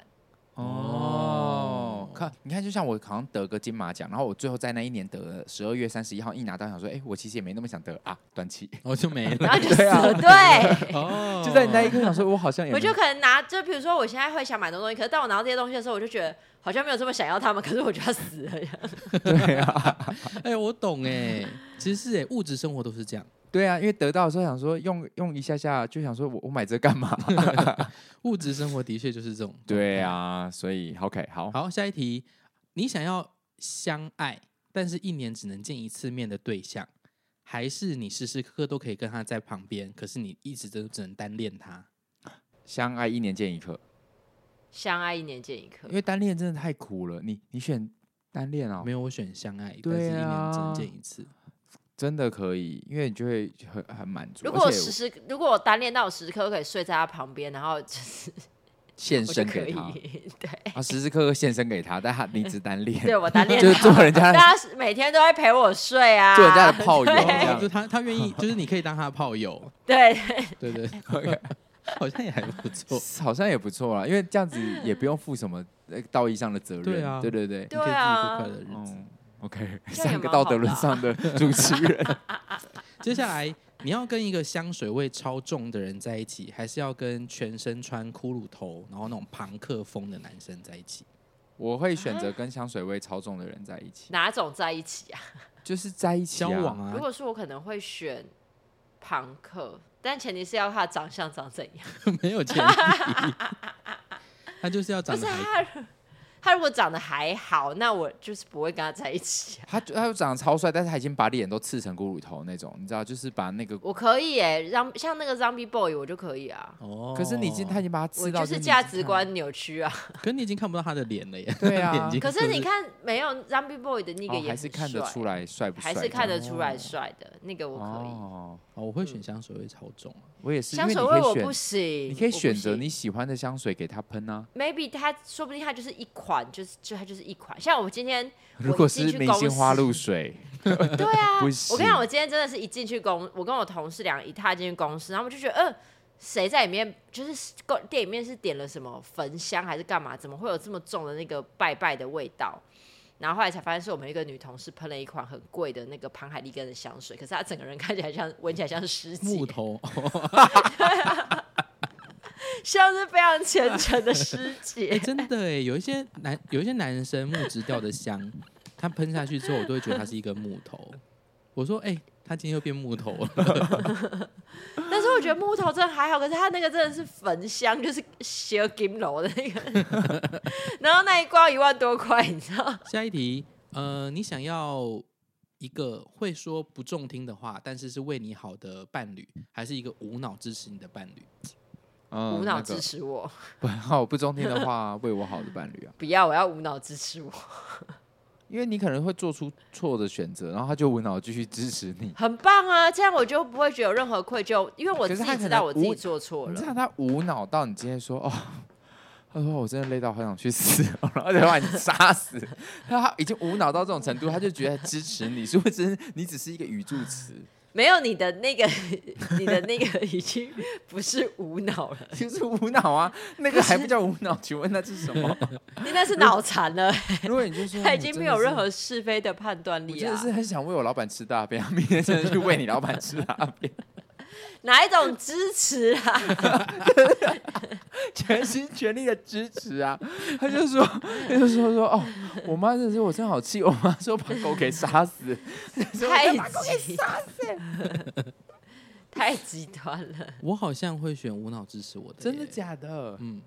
Speaker 1: 哦，看，你看，就像我好像得个金马奖，然后我最后在那一年得十二月三十一号一拿到，想说，哎、我其实也没那么想得啊，短期。
Speaker 2: 哦就没了
Speaker 3: 然后就死
Speaker 1: 对啊
Speaker 3: 了，对。
Speaker 2: 哦，
Speaker 1: 就在你那一刻想说，我好像也
Speaker 3: 我
Speaker 1: 没
Speaker 3: 就可能拿，就比如说我现在会想买很多东西，可是当我拿到这些东西的时候，我就觉得好像没有这么想要他们，可是我觉得死了。
Speaker 1: 对啊，
Speaker 2: 哎、我懂哎、其实是哎、物质生活都是这样，
Speaker 1: 对啊，因为得到的时候想说用用一下下，就想说我我买这干嘛？
Speaker 2: 物质生活的确就是这种。
Speaker 1: 对啊，所以 OK 好，
Speaker 2: 好，下一题，你想要相爱，但是一年只能见一次面的对象，还是你时时刻刻都可以跟他在旁边，可是你一直都只能单恋他？
Speaker 1: 相爱一年见一刻，
Speaker 3: 相爱一年见一刻
Speaker 1: 因，为单恋真的太苦了。你你选单恋哦
Speaker 2: 没，有，我选相爱，但是
Speaker 1: 对
Speaker 2: 一年只能
Speaker 1: 啊
Speaker 2: 见一次。
Speaker 1: 真的可以，因为你就会很很满足。
Speaker 3: 如果我
Speaker 1: 而且
Speaker 3: 时时，如果我单恋到我时时刻刻可以睡在他旁边，然后就是
Speaker 1: 献
Speaker 3: 我就
Speaker 1: 身
Speaker 3: 可
Speaker 1: 给他，
Speaker 3: 以，对
Speaker 1: 啊，时时刻刻献身给他，但他你只单恋，
Speaker 3: 对，我单恋
Speaker 1: 就是
Speaker 3: 他，
Speaker 1: 做人家的
Speaker 3: 大家每天都在陪我睡啊，
Speaker 1: 做人家的炮友这
Speaker 2: 哦
Speaker 1: 样
Speaker 2: 就。他他愿意，就是你可以当他的炮友，
Speaker 3: 对，
Speaker 2: 对对
Speaker 1: OK
Speaker 2: 好像也还不错。
Speaker 1: 好像也不错啦，因为这样子也不用负什么呃道义上的责任。
Speaker 2: 对啊
Speaker 1: 对对对
Speaker 2: 你可以自己过快乐的日子。
Speaker 1: 嗯，OK，
Speaker 3: 这样也
Speaker 1: 三个
Speaker 3: 蛮
Speaker 1: 道
Speaker 3: 好
Speaker 1: 德
Speaker 3: 的
Speaker 1: 沦
Speaker 3: 啊
Speaker 1: 丧的主持人，
Speaker 2: 接下来你要跟一个香水味超重的人在一起，还是要跟全身穿骷髅头，然后那种朋克风的男生在一起？
Speaker 1: 我会选
Speaker 3: 啊
Speaker 1: 择跟香水味超重的人在一起，
Speaker 3: 哪种在一起啊？
Speaker 1: 就是在一起、
Speaker 2: 交
Speaker 1: 啊、
Speaker 2: 往
Speaker 3: 如
Speaker 2: 啊，
Speaker 3: 果是我，可能会选庞克，但前提是要他长相长怎样，
Speaker 2: 没有前提，他就是要
Speaker 3: 不
Speaker 2: 长
Speaker 3: 是啊
Speaker 2: 得还
Speaker 3: 他。他如果长得还好，那我就是不会跟他在一起啊、
Speaker 1: 他就他就长得超帅，但是他已经把脸都刺成骷髅头那种，你知道，就是把那个，
Speaker 3: 我可以哎、让像那个 Zombie Boy 我就可以啊，
Speaker 2: 哦。
Speaker 1: 可是你已经他已经把他
Speaker 3: 我
Speaker 1: 刺到，
Speaker 3: 就是价值，观扭曲啊。
Speaker 2: 可是你已经看不到他的脸了耶。
Speaker 1: 对啊
Speaker 2: 他的眼睛
Speaker 3: 可是你
Speaker 2: 就
Speaker 3: 看，没有 Zombie Boy 的那个
Speaker 1: 哦，
Speaker 3: 也
Speaker 1: 还
Speaker 3: 很
Speaker 1: 是看得
Speaker 3: 帅
Speaker 1: 出来帅不帅
Speaker 3: 还
Speaker 1: 这样，
Speaker 3: 是看得出来帅的，那个我可以。
Speaker 1: 哦，
Speaker 2: 哦，我会选香水味超重啊。
Speaker 1: 我也是，因
Speaker 3: 香
Speaker 1: 为
Speaker 3: 水
Speaker 1: 你
Speaker 3: 味
Speaker 1: 可
Speaker 3: 我
Speaker 1: 以选
Speaker 3: 不，行，
Speaker 1: 你可以
Speaker 3: 我不
Speaker 1: 选择
Speaker 3: 行
Speaker 1: 你喜欢的香水给他喷啊。
Speaker 3: maybe 它说不定它就是一款，就是就它就是一款。像我今天
Speaker 1: 如果
Speaker 3: 我一
Speaker 1: 是
Speaker 3: 进去
Speaker 1: 明
Speaker 3: 公
Speaker 1: 星花
Speaker 3: 司
Speaker 1: 露水，
Speaker 3: 对啊，
Speaker 1: 不
Speaker 3: 我跟你
Speaker 1: 行
Speaker 3: 讲，我今天真的是一进去公，我跟我同事俩一踏进去公司，然后我就觉得，嗯、谁在里面？就是公店里面是点了什么焚香还是干嘛？怎么会有这么重的那个拜拜的味道？然后后来才发现，是我们一个女同事喷了一款很贵的那个庞海利根的香水，可是嗯
Speaker 2: 哦
Speaker 3: 她整个人看起来像，闻起来像是尸
Speaker 2: 木
Speaker 3: 体，
Speaker 2: 头，
Speaker 3: 像是非常虔诚的师
Speaker 2: 哎、
Speaker 3: 姐。
Speaker 2: 真的哎，有一些男有一些男生木质调的香，他喷下去之后，我都会觉得他是一个木头。我说，哎、他今天又变木头了。
Speaker 3: 但是我觉得木头真的还好，可是它那个真的是焚香，就是蛇金楼的那个， 然后那一罐要一万多块，你知道？
Speaker 2: 下一题，呃，你想要一个会说不中听的话，但是是为你好的伴侣，还是一个无脑支持你的伴侣？
Speaker 1: 嗯，
Speaker 3: 无
Speaker 1: 那
Speaker 3: 脑
Speaker 1: 个
Speaker 3: 支持我，
Speaker 1: 不好不中听的话，为我好的伴侣啊，
Speaker 3: 不要，我要无脑支持我，
Speaker 1: 因为你可能会做出错的选择，然后他就无脑继续支持你。
Speaker 3: 很 棒啊！这样我就不会觉得有任何愧疚，因为我
Speaker 1: 可
Speaker 3: 自
Speaker 1: 是他可
Speaker 3: 己
Speaker 1: 能
Speaker 3: 知 道我自己
Speaker 1: 无
Speaker 3: 做错
Speaker 1: 你知
Speaker 3: 了。
Speaker 1: 道他无脑到你今天说哦，他说我真的累到好想去死哦， 然后就把你杀死。他已经无脑到这种程度，他就觉得支持你，殊不知你只是一个语助 词，
Speaker 3: 没有你的那个， 你的那个已经不是无脑了，
Speaker 1: 就是无脑啊，那个还不叫无脑？请问那是什 么？
Speaker 3: 你那是脑残了，
Speaker 1: 如果你就说
Speaker 3: 他
Speaker 1: 我
Speaker 3: 已经
Speaker 1: 真
Speaker 3: 没
Speaker 1: 的
Speaker 3: 有
Speaker 1: 是
Speaker 3: 任何是非的判断
Speaker 1: 啊我
Speaker 3: 力
Speaker 1: 真的
Speaker 3: 啊！
Speaker 1: 是很想为我老板吃大便，明天真的去喂你老板吃大便，
Speaker 3: 哪一种支 持啊？
Speaker 1: 全心全力的支持啊！ 他就说，他就说说哦，我妈真的是我真好气，我妈说把狗给杀死，
Speaker 3: 太极，太极 端
Speaker 1: 嗯
Speaker 3: 了。
Speaker 2: 我好像会选无脑支持我的，
Speaker 1: 真的？假的？
Speaker 2: 嗯，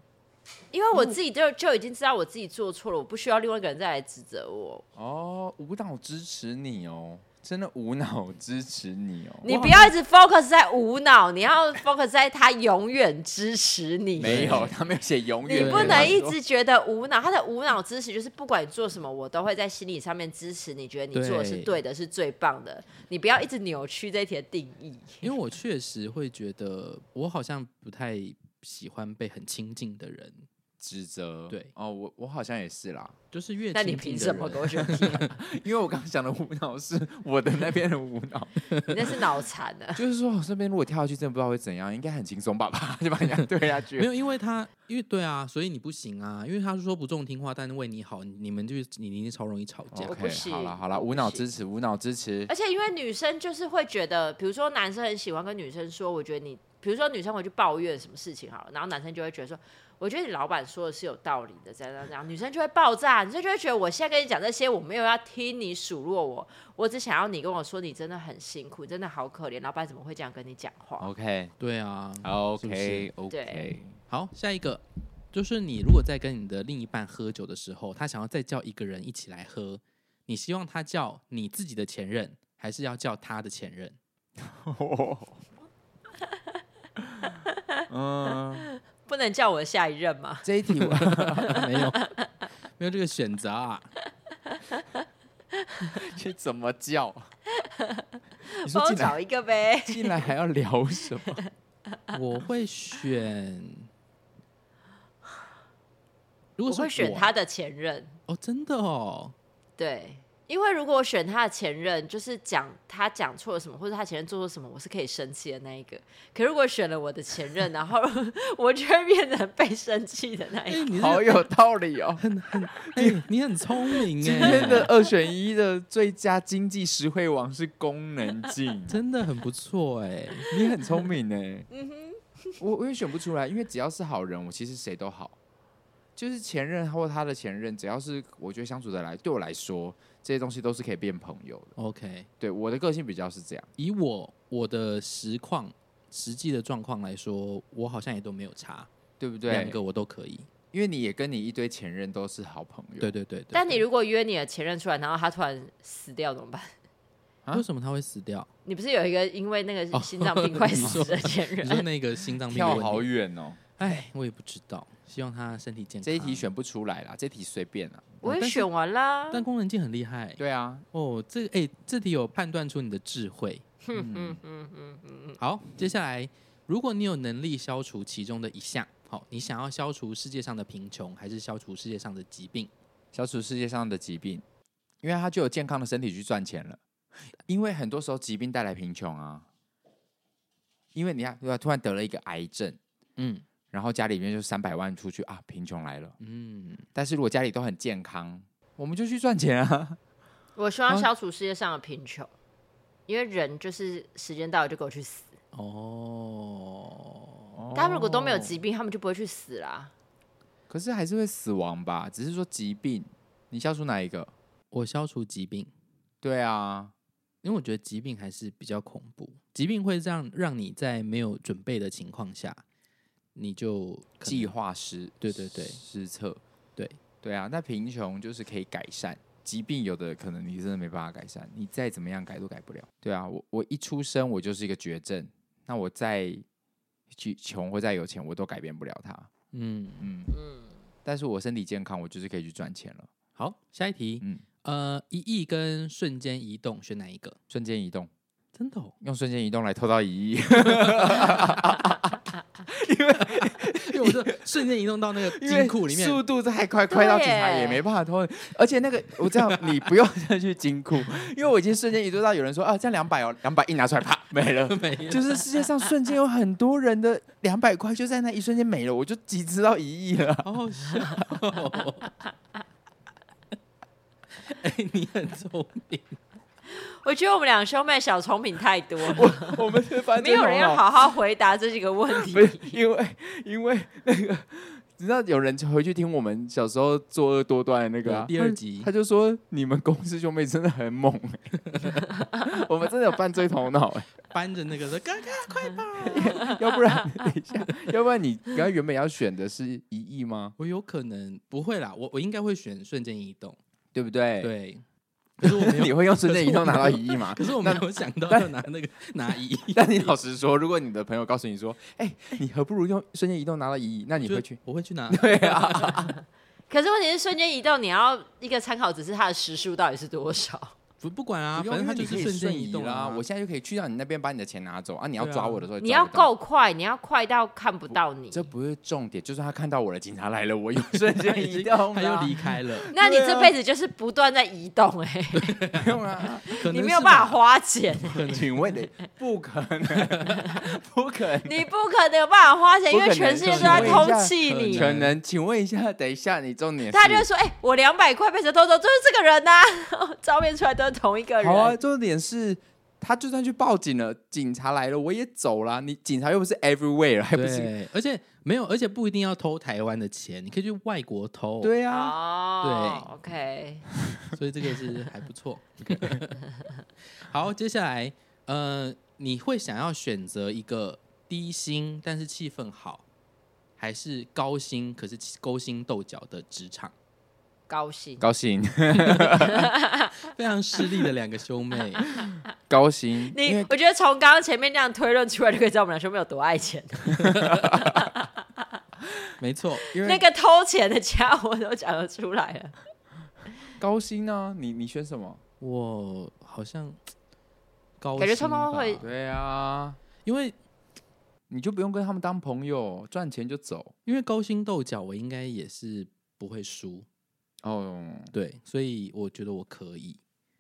Speaker 3: 因为我自己就就已经知道我自己做错了，我不需要另外一个人再来指责我。
Speaker 1: 哦，无脑支持你哦，真的无脑支持你哦。
Speaker 3: 你
Speaker 1: 哇
Speaker 3: 不要一直 focus 在无脑，你要 focus 在他永远支持你。
Speaker 1: 没有，他没有写永
Speaker 3: 你
Speaker 1: 远。
Speaker 3: 不能一
Speaker 1: 他说
Speaker 3: 直觉得无脑，他的无脑支持就是不管你做什么，我都会在心理上面支持你，觉得你做的是
Speaker 2: 对
Speaker 3: 对的，是最棒的。你不要一直扭曲这一题的定义。
Speaker 2: 因为我确实会觉得，我好像不太喜欢被很亲近的人，
Speaker 1: 指责。
Speaker 2: 对
Speaker 1: 哦，我我好像也是啦，
Speaker 2: 就是越
Speaker 3: 那你
Speaker 2: 亲近
Speaker 3: 凭
Speaker 2: 的
Speaker 3: 什么
Speaker 2: 人
Speaker 3: 给我选题？啊
Speaker 1: 因为我刚想的无脑是我的那边的无脑，
Speaker 3: 你那是脑残啊！
Speaker 1: 就是说哦我身边如果跳下去，真的不知道会怎样，应该很轻松吧 吧，就把 人家推下去。
Speaker 2: 没有，因为他，因为对啊，所以你不行啊，因为他说不中听话，但是为你好，你们就你你超容易吵架。
Speaker 3: 我不
Speaker 1: OK，
Speaker 3: 行
Speaker 1: 好了好了，
Speaker 3: 我不
Speaker 1: 无脑
Speaker 3: 行
Speaker 1: 支持，无脑支持
Speaker 3: 而。且因为女生就是会觉得，比如说男生很喜欢跟女生说，我觉得你，比如说女生回去抱怨什么事情好了，然后男生就会觉得说，我觉得你老板说的是有道理的，这样这样这样，女生就会爆炸，女生就会觉得我现在跟你讲这些，我没有要听你数落我，我只想要你跟我说你真的很辛苦，真的好可怜，老板怎么会这样跟你讲话？
Speaker 1: OK
Speaker 2: 对啊，是不
Speaker 1: OK
Speaker 2: 是
Speaker 1: OK，
Speaker 2: 好，下一个就是你如果在跟你的另一半喝酒的时候，他想要再叫一个人一起来喝，你希望他叫你自己的前任，还是要叫他的前任？
Speaker 1: 嗯，
Speaker 3: 不能叫我的下一任吗？
Speaker 1: 这一题我
Speaker 2: 没有，没有这个选择啊。
Speaker 1: 这怎么叫？你说
Speaker 3: 帮我
Speaker 1: 进来
Speaker 3: 找一 个呗。
Speaker 1: 进来还要聊什么？
Speaker 2: 我会选，如
Speaker 3: 我
Speaker 2: 果是
Speaker 3: 会选
Speaker 1: 啊
Speaker 2: 我
Speaker 3: 他的前任。
Speaker 2: 哦，真的哦，
Speaker 3: 对，因为如果我选他的前任，就是讲他讲错了什么，或者他前任做错什么，我是可以生气的那一个。可如果选了我的前任，然后 我就会变成被生气的那
Speaker 2: 哎、
Speaker 3: 一个。
Speaker 2: 你是
Speaker 1: 好有道理哦！
Speaker 2: 哎、 你很聪明
Speaker 1: 今
Speaker 2: 哎、
Speaker 1: 天 的二选一的最佳经济实惠王是功能镜，
Speaker 2: 真的很不错哎、
Speaker 1: 你很聪明
Speaker 2: 欸
Speaker 1: 呢。我 我也选不出来，因为只要是好人，我其实谁都好。就是前任或他的前任，只要是我觉得相处得来，对我来说，这些东西都是可以变朋友的。
Speaker 2: OK，
Speaker 1: 对我的个性比较是这样，
Speaker 2: 以我我的实况实际的状况来说，我好像也都没有差，
Speaker 1: 对不对？
Speaker 2: 两个，我都可以。
Speaker 1: 因为你也跟你一堆前任都是好朋友。
Speaker 2: 对，对对对。
Speaker 3: 但你
Speaker 2: 对
Speaker 3: 如果约你的前任出来，然后他突然死掉怎么办？
Speaker 1: 啊
Speaker 2: 为什么他会死掉？
Speaker 3: 你不是有一个因为那个
Speaker 2: 哦
Speaker 3: 心脏病快死的 前
Speaker 2: 你
Speaker 3: 任？
Speaker 2: 说哦那个心脏病的
Speaker 1: 跳
Speaker 2: 问
Speaker 1: 好
Speaker 2: 题？
Speaker 1: 远哦，
Speaker 2: 哎，我也不知道，希望他身体健康。
Speaker 1: 这一题，选不出来啦，这题随便啦。
Speaker 3: 我也
Speaker 2: 但是
Speaker 3: 选完啦。
Speaker 2: 但功能键很厉害
Speaker 1: 对啊，
Speaker 2: 哦。这哎，这题有判断出你的智慧。
Speaker 3: 嗯嗯嗯嗯嗯，
Speaker 2: 好，接下来，如果你有能力消除其中的一项，好，你想要消除世界上的贫穷，还是消除世界上的疾病？
Speaker 1: 消除世界上的疾病，因为他就有健康的身体去赚钱了。因为很多时候疾病带来贫穷啊，因为你看，对吧？突然得了一个癌症，
Speaker 2: 嗯
Speaker 1: 然后家里面就三百万出去啊，贫穷来了。
Speaker 2: 嗯，
Speaker 1: 但是如果家里都很健康，我们就去赚钱啊。
Speaker 3: 我希望消除世界上的贫穷，因为人就是时间到了就给我去死。
Speaker 2: 哦，
Speaker 3: 但他们如果都没有疾病，他们就不会去死啦。
Speaker 1: 可是还是会死亡吧？只是说疾病，你消除哪一个？
Speaker 2: 我消除疾病，
Speaker 1: 对啊，
Speaker 2: 因为我觉得疾病还是比较恐怖，疾病会让让你在没有准备的情况下，你就可能
Speaker 1: 计划失，
Speaker 2: 对对对
Speaker 1: 失策，
Speaker 2: 对
Speaker 1: 对啊。那贫穷就是可以改善，疾病有的可能你真的没办法改善，你再怎么样改都改不了。对啊，我我一出生我就是一个绝症，那我再去穷或再有钱，我都改变不了它。
Speaker 2: 嗯，
Speaker 1: 嗯，
Speaker 3: 嗯，
Speaker 1: 但是我身体健康，我就是可以去赚钱了。
Speaker 2: 好，下一题，
Speaker 1: 嗯
Speaker 2: 呃，一亿跟瞬间移动选哪一个？
Speaker 1: 瞬间移动，
Speaker 2: 真的、哦，
Speaker 1: 用瞬间移动来偷到一亿，
Speaker 2: 因为我是瞬间移动到 那个金库里面，
Speaker 1: 速度太快，快到警察
Speaker 3: 对耶
Speaker 1: 也没办法偷。而且那个我这样，你不用再去金库， 因为我已经瞬间移动到有人说啊，这样两百哦，两百一拿出来啪没了。
Speaker 2: 没有，
Speaker 1: 就是世界上瞬间有很多人的两百块就在那一瞬间没了，我就集资到一亿了。
Speaker 2: 好好笑哦、 哎、你很聪明，
Speaker 3: 我觉得我们两兄妹小聪明太多，
Speaker 1: 我们是翻
Speaker 3: 没有人要
Speaker 1: 好，
Speaker 3: 好好回答这几个问 题
Speaker 1: 不。是因为因为那个，你知道有人回去听我们小时候作恶多端的那个啊、
Speaker 2: 对第二集
Speaker 1: 他，他就说你们公司兄妹真的很猛、欸 我们真的有犯罪头脑、欸，
Speaker 2: 搬着那个说哥哥快跑，
Speaker 1: 要不然等一下，要不然你刚刚原本要选的是一亿吗？
Speaker 2: 我有可能不会啦，我我应该会选瞬间移动，
Speaker 1: 对不对？
Speaker 2: 对，可是我没 有，
Speaker 1: 你会用瞬间移动拿到一亿吗？
Speaker 2: 可是我没 有想到要拿那个拿一亿，
Speaker 1: 但你老实说，如果你的朋友告诉你说，哎、你何不如用瞬间移动拿到一亿， 那你
Speaker 2: 就
Speaker 1: 会 去？？
Speaker 2: 我会去拿，
Speaker 1: 对 啊，
Speaker 3: 可是问题是，瞬间移动你要一个参考，只是它的时数到底是多少？
Speaker 2: 不不管啊，
Speaker 1: 不
Speaker 2: 反
Speaker 1: 用因
Speaker 2: 正它
Speaker 1: 为
Speaker 2: 就
Speaker 1: 你可
Speaker 2: 是
Speaker 1: 以
Speaker 2: 瞬间
Speaker 1: 移
Speaker 2: 动
Speaker 1: 啦、
Speaker 2: 啊，
Speaker 1: 我现在就可以去到你那边把你的钱拿走啊！你要
Speaker 2: 对啊
Speaker 1: 抓 我的时候，
Speaker 3: 你要。够快，你要快到看不到你。
Speaker 1: 这不是重点，就算他看到我了，警察来了，我用瞬间移动、啊，
Speaker 2: 他又离 开了，
Speaker 3: 那你
Speaker 1: 对啊
Speaker 3: 这辈子就是不断在移动、哎、
Speaker 1: 不用啊！
Speaker 2: 可能
Speaker 3: 你没有
Speaker 2: 是
Speaker 3: 办法
Speaker 2: 吧
Speaker 3: 花钱，
Speaker 1: 请问的，不可能，不可 能。
Speaker 3: 你不可能有办法花钱，
Speaker 1: 不
Speaker 3: 因
Speaker 1: 可能啊
Speaker 3: 为全世界都在通缉
Speaker 2: 可
Speaker 3: 你。
Speaker 1: 可能，请问一下，等一下，你重点是
Speaker 3: 大家就会说：“哎、我两百块被谁偷走？就是这个人 呐、照片出来都是同一个人。
Speaker 1: 好啊，重点是他就算去报警了，警察来了，我也走了。你警察又不是 everywhere，还不是？
Speaker 2: 对，而且没有，而且不一定要偷台湾的钱，你可以去外国偷。，
Speaker 1: 对啊，
Speaker 3: 哦，对，OK，
Speaker 2: 所以这个 是还不错。 好，接下来，呃，你会想要选择一个低薪但是气氛好，还是高薪可是气勾心斗角的职场？
Speaker 3: 高兴。
Speaker 1: 高 兴，
Speaker 2: 非常势利的两个兄妹，
Speaker 1: 高兴，因
Speaker 3: 你
Speaker 1: 为
Speaker 3: 我觉得从刚刚前面那样推论出来，就可以知道我们两兄妹有多爱钱。
Speaker 2: 没错，
Speaker 1: 因
Speaker 3: 那
Speaker 1: 为
Speaker 3: 个偷钱的家伙都讲得出来了。
Speaker 1: 高薪呢、你你选什么？
Speaker 2: 我好像高薪
Speaker 3: 感觉通通
Speaker 2: 吧
Speaker 3: 会
Speaker 1: 对啊，
Speaker 2: 因为
Speaker 1: 你就不用跟他们当朋友，赚钱就走。
Speaker 2: 因为勾心斗角，我应该也是不会输。
Speaker 1: 哦，
Speaker 2: 对，所以我觉得我可以。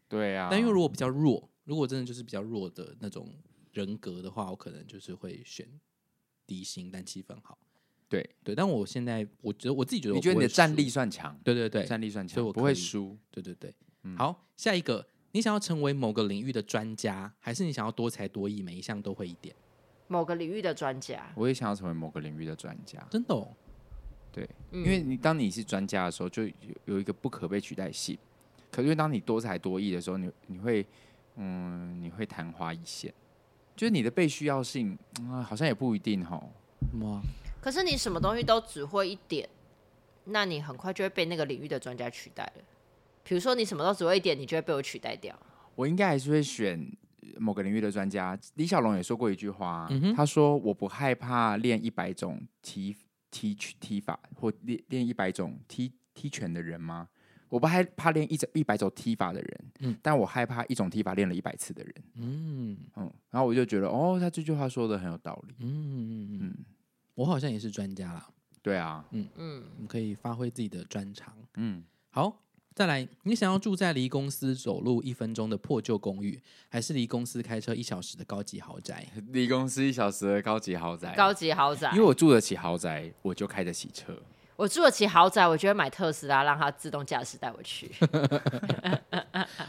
Speaker 1: 对啊，
Speaker 2: 但因为如果比较弱，如果真的就是比较弱的那种人格的话，我可能就是会选低薪但气氛好。
Speaker 1: 对
Speaker 2: 对，但我现在我觉得我自己觉得我
Speaker 1: 你觉得
Speaker 2: 不
Speaker 1: 你
Speaker 2: 会
Speaker 1: 的战
Speaker 2: 输
Speaker 1: 力？算强，
Speaker 2: 对对对，
Speaker 1: 战力算
Speaker 2: 所
Speaker 1: 强
Speaker 2: 以，我
Speaker 1: 不会
Speaker 2: 可以
Speaker 1: 输。
Speaker 2: 对对对。
Speaker 1: 嗯
Speaker 2: 好，下一个，你想要成为某个领域的专家，还是你想要多才多艺，每一项都会一点？
Speaker 3: 某个领域的专家，
Speaker 1: 我也想要成为某个领域的专家，
Speaker 2: 真的、哦，
Speaker 1: 对，
Speaker 3: 嗯
Speaker 1: 因为你当你是专家的时候，就有有一个不可被取代性。可是当你多才多艺的时候，你你会，嗯，你会昙花一现，就是你的被需要性，嗯、好像也不一定哈。
Speaker 2: 哇，
Speaker 3: 可是你什么东西都只会一点，那你很快就会被那个领域的专家取代了。比如说你什么都只会一点，你就会被我取代掉。
Speaker 1: 我应该还是会选呃某个领域的专家。李小龙也说过一句话，
Speaker 2: 嗯哼
Speaker 1: 他说：“我不害怕练一百种踢踢踢法，或练练一百种踢踢拳的人吗？我不害怕练一整一百种踢法的人，
Speaker 2: 嗯
Speaker 1: 但我害怕一种踢法练了一百次的人。”
Speaker 2: 嗯
Speaker 1: 嗯，然后我就觉得，哦，他这句话说的很有道理。
Speaker 2: 嗯嗯，
Speaker 1: 嗯，
Speaker 2: 我好像也是专家啦，
Speaker 1: 对啊，
Speaker 3: 嗯，
Speaker 2: 我们可以发挥自己的专长。
Speaker 1: 嗯，
Speaker 2: 好，再来，你想要住在离公司走路一分钟的破旧公寓，还是离公司开车一小时的高级豪宅？
Speaker 1: 离公司一小时的高级豪宅，
Speaker 3: 哎高级豪宅
Speaker 1: 因为。我住得起豪宅，我就开得起车。
Speaker 3: 我住得起豪宅，我就会买特斯拉，让它自动驾驶带我 去。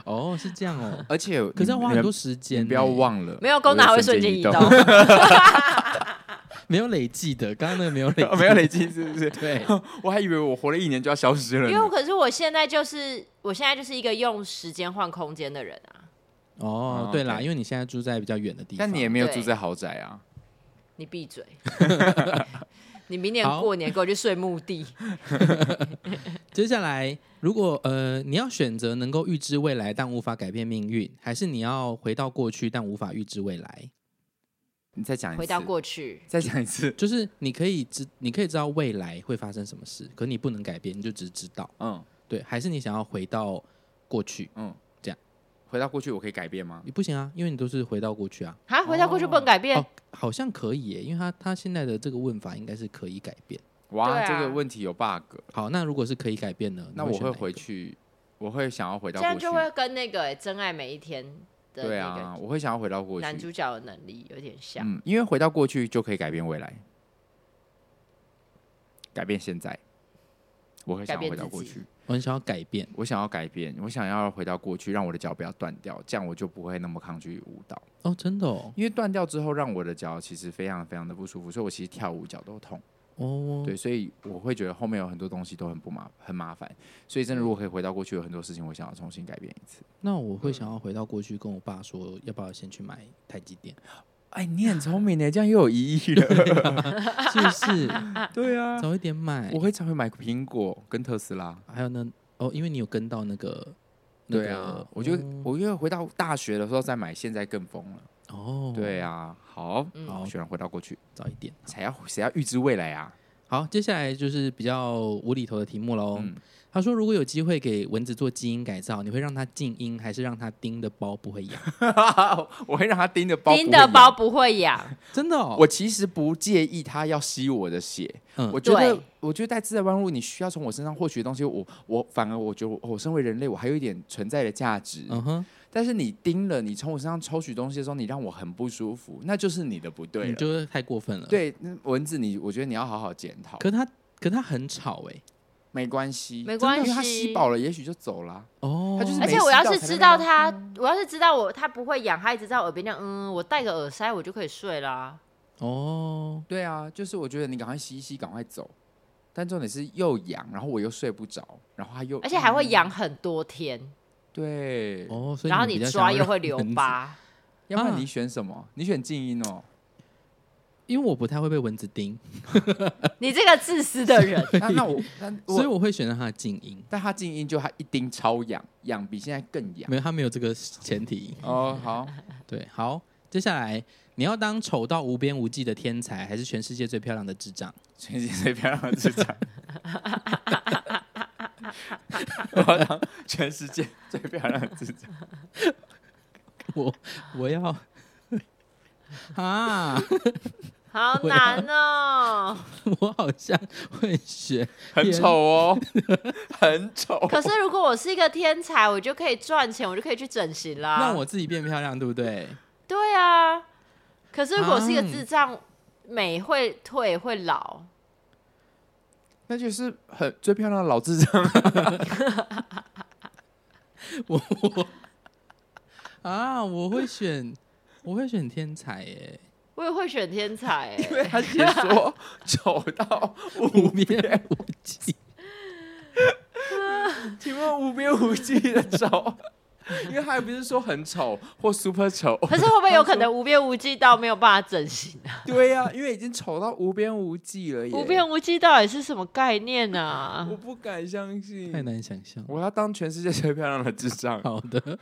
Speaker 2: 哦，是这样 哦。
Speaker 1: 而且
Speaker 2: 可是要花
Speaker 1: 你们
Speaker 2: 很多时间
Speaker 1: 你
Speaker 2: 呢，
Speaker 1: 不要忘了，，
Speaker 3: 没有功能还会瞬间移动，
Speaker 2: 没有累计的，刚刚那个没有累
Speaker 1: 没有累积是不是？
Speaker 2: 对，
Speaker 1: 我还以为我活了一年就要消失了
Speaker 3: 因为
Speaker 1: 呢。
Speaker 3: 可是我现在就是我现在就是一个用时间换空间的人啊。
Speaker 2: 哦
Speaker 1: 哦，
Speaker 2: 对啦，
Speaker 1: 对
Speaker 2: 因为你现在住在比较远的地方，
Speaker 1: 但你也没有
Speaker 3: 对
Speaker 1: 住在豪宅啊，
Speaker 3: 你闭 嘴，你明年
Speaker 2: 好
Speaker 3: 过年给我去睡墓 地。
Speaker 2: 接下来，如果呃你要选择能够预知未来但无法改变命运，还是你要回到过去但无法预知未来？
Speaker 1: 你再讲一次，
Speaker 3: 回到过去，
Speaker 1: 再讲一次，
Speaker 2: 就是你可以知，你可以知道未来会发生什么事，可你不能改变，你就只知道。
Speaker 1: 嗯
Speaker 2: 对，还是你想要回到过去？
Speaker 1: 嗯，
Speaker 2: 这样
Speaker 1: 回到过去我可以改变吗？
Speaker 2: 你不行啊，因为你都是回到过去啊。
Speaker 3: 啊，回到过去不能改变
Speaker 2: 哦，好像可以耶，因为他他现在的这个问法应该是可以改变。
Speaker 1: 哇，
Speaker 3: 对啊
Speaker 1: 这个问题有 bug，
Speaker 2: 好，那如果是可以改变呢？
Speaker 1: 那
Speaker 2: 你
Speaker 1: 我
Speaker 2: 选
Speaker 1: 会
Speaker 2: 哪一
Speaker 1: 回
Speaker 2: 个。
Speaker 1: 去，我会想要回到
Speaker 3: 这
Speaker 1: 过
Speaker 3: 样
Speaker 1: 去
Speaker 3: 就，会跟那个欸《真爱每一天》的
Speaker 1: 对
Speaker 3: 那
Speaker 1: 啊，我会想要回到过
Speaker 3: 个男主
Speaker 1: 去，
Speaker 3: 角的能力有点像。
Speaker 1: 嗯，因为回到过去就可以改变未来，改变现在，我会想要回到过
Speaker 3: 改变自
Speaker 1: 去，
Speaker 2: 我很想要改变。
Speaker 1: 我想要改变，我想要回到过去，让我的脚不要断掉，这样我就不会那么抗拒舞蹈。
Speaker 2: 哦，真的哦，
Speaker 1: 因为断掉之后，让我的脚其实非常非常的不舒服，所以我其实跳舞脚都痛。
Speaker 2: 哦，
Speaker 1: 对，所以我会觉得后面有很多东西都很不麻很麻烦，所以真的如果可以回到过去，有很多事情我想要重新改变一次。
Speaker 2: 那我
Speaker 1: 嗯
Speaker 2: 会想要回到过去，跟我爸说，要不要先去买台积电？
Speaker 1: 哎，你很聪明呢，这样又有意义 了。
Speaker 2: 是不是？
Speaker 1: 对啊，
Speaker 2: 早一点买。
Speaker 1: 我会才会买苹果跟特斯拉。
Speaker 2: 还有呢，哦，因为你有跟到那个，那
Speaker 1: 对
Speaker 2: 个、
Speaker 1: 啊，我觉得我觉得回到大学的时候再买，现在更疯了。
Speaker 2: 哦，
Speaker 1: 对，啊，好，
Speaker 3: 嗯
Speaker 1: 好，选回到过去，
Speaker 2: 早一点。
Speaker 1: 才要谁要预知未来啊？
Speaker 2: 好，接下来就是比较无厘头的题目喽。
Speaker 1: 嗯
Speaker 2: 他说，如果有机会给蚊子做基因改造，你会让它静音，还是让它叮的包不会痒？
Speaker 1: 我会让他盯着包，
Speaker 3: 叮的包。不会痒，
Speaker 2: 真的、哦，
Speaker 1: 我其实不介意他要吸我的血，
Speaker 2: 嗯
Speaker 1: 我觉得
Speaker 3: 对，
Speaker 1: 我觉得在自然万物，你需要从我身上获取的东西，我我反而我觉得哦我我身为人类，我还有一点存在的价值。
Speaker 2: 嗯哼，
Speaker 1: 但是你盯了，你从我身上抽取东西的时候，你让我很不舒服，那就是你的不对
Speaker 2: 你
Speaker 1: 了。
Speaker 2: 就是太过分了。，
Speaker 1: 对，那蚊子你，我觉得你要好好检讨。
Speaker 2: 可它可它很吵哎、
Speaker 1: 没关系，
Speaker 3: 没关系
Speaker 1: 因为它吸饱了，也许就走了。啊
Speaker 2: 哦，
Speaker 1: 它就是
Speaker 3: 而
Speaker 1: 没
Speaker 3: 且
Speaker 1: 事
Speaker 3: 我要
Speaker 1: 到
Speaker 3: 是
Speaker 1: 才
Speaker 3: 知
Speaker 1: 会
Speaker 3: 道
Speaker 1: 让嗯
Speaker 3: 他，我要是知道我他不会痒，他一直在我耳边这样，嗯，我戴个耳塞我就可以睡啦、
Speaker 2: 哦，
Speaker 1: 对啊，就是我觉得你赶快吸一吸，赶快走。但重点是又痒，然后我又睡不着，然后它又嗯
Speaker 3: 而且还会痒很多天，
Speaker 1: 对，
Speaker 2: 哦，所以
Speaker 3: 然后
Speaker 2: 你
Speaker 3: 你
Speaker 2: 比较想
Speaker 3: 抓
Speaker 2: 要
Speaker 3: 又会
Speaker 2: 让
Speaker 3: 留
Speaker 2: 蚊子，
Speaker 3: 疤。
Speaker 1: 要不然
Speaker 2: 啊
Speaker 1: 你选什么？你选静音哦。
Speaker 2: 因为我不太会被蚊子叮，
Speaker 3: 你这个自私的人，
Speaker 1: 那那我 那
Speaker 2: 所以
Speaker 1: 我，
Speaker 2: 我会选择它的静音。
Speaker 1: 但它静音就它一叮超痒，痒比现在更痒。
Speaker 2: 没有，他没有这个前提。
Speaker 1: 哦，好，
Speaker 2: 对，好，接下来你要当丑到无边无际的天才，还是全世界最漂亮的智障？
Speaker 1: 全世界最漂亮的智 障。我要当全世界最漂亮的智障。
Speaker 2: 我 我要啊，
Speaker 3: 好
Speaker 2: 会啊
Speaker 3: 难 哦、
Speaker 2: 我好像会选
Speaker 1: 很丑 哦，很丑。
Speaker 3: 可是如果我是一个天才，我就可以赚钱，我就可以去整形
Speaker 1: 啊
Speaker 3: 啦。
Speaker 2: 让我自己变漂亮，对不对？
Speaker 3: 对啊，可是如果我是一个
Speaker 2: 啊
Speaker 3: 智障，美会退会老，
Speaker 1: 那就是很最漂亮的老智障。
Speaker 2: 我我啊，我会选我会选天才耶，
Speaker 3: 我也会选天才、 欸。
Speaker 1: 对他姐说丑到
Speaker 2: 无
Speaker 1: 无边。
Speaker 2: 边无 际。
Speaker 1: 请问无边无际的丑， 因为他也不是说很丑或 super 丑。
Speaker 3: 可是会不会有可能无边无际到没有办法整形啊？
Speaker 1: 对呀、因为已经丑到无边无际了耶。
Speaker 3: 无边无际到底是什么概念啊
Speaker 1: 我？不敢相信。
Speaker 2: 太难想象。
Speaker 1: 我要当全世界最漂亮的智障。
Speaker 2: 好的，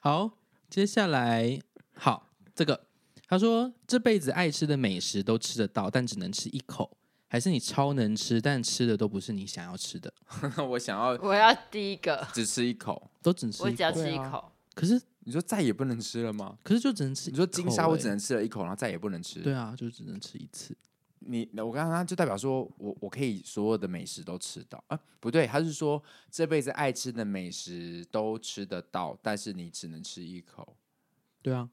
Speaker 2: 好，接下来好这个，他说这辈子爱吃的美食都吃得到，但只能吃一口，还是你超能吃，但吃的都不是你想要吃的，
Speaker 1: 我想要
Speaker 3: 我要第一个，
Speaker 1: 只吃一口。
Speaker 2: 都只吃
Speaker 3: 我
Speaker 2: 一
Speaker 3: 只要
Speaker 2: 口。
Speaker 3: 吃一
Speaker 1: 对啊
Speaker 3: 口。
Speaker 2: 可是
Speaker 1: 你说再也不能吃了吗？
Speaker 2: 可是就只能吃一
Speaker 1: 你
Speaker 2: 口欸、
Speaker 1: 说金沙我只能吃了一口，然后再也不能吃。
Speaker 2: 对，啊，就只能吃一次。
Speaker 1: 你我刚刚就代表说我我可以所有的美食都吃到啊？不对，他是说这辈子爱吃的美食都吃得到，但是你只能吃一口。
Speaker 2: 对啊，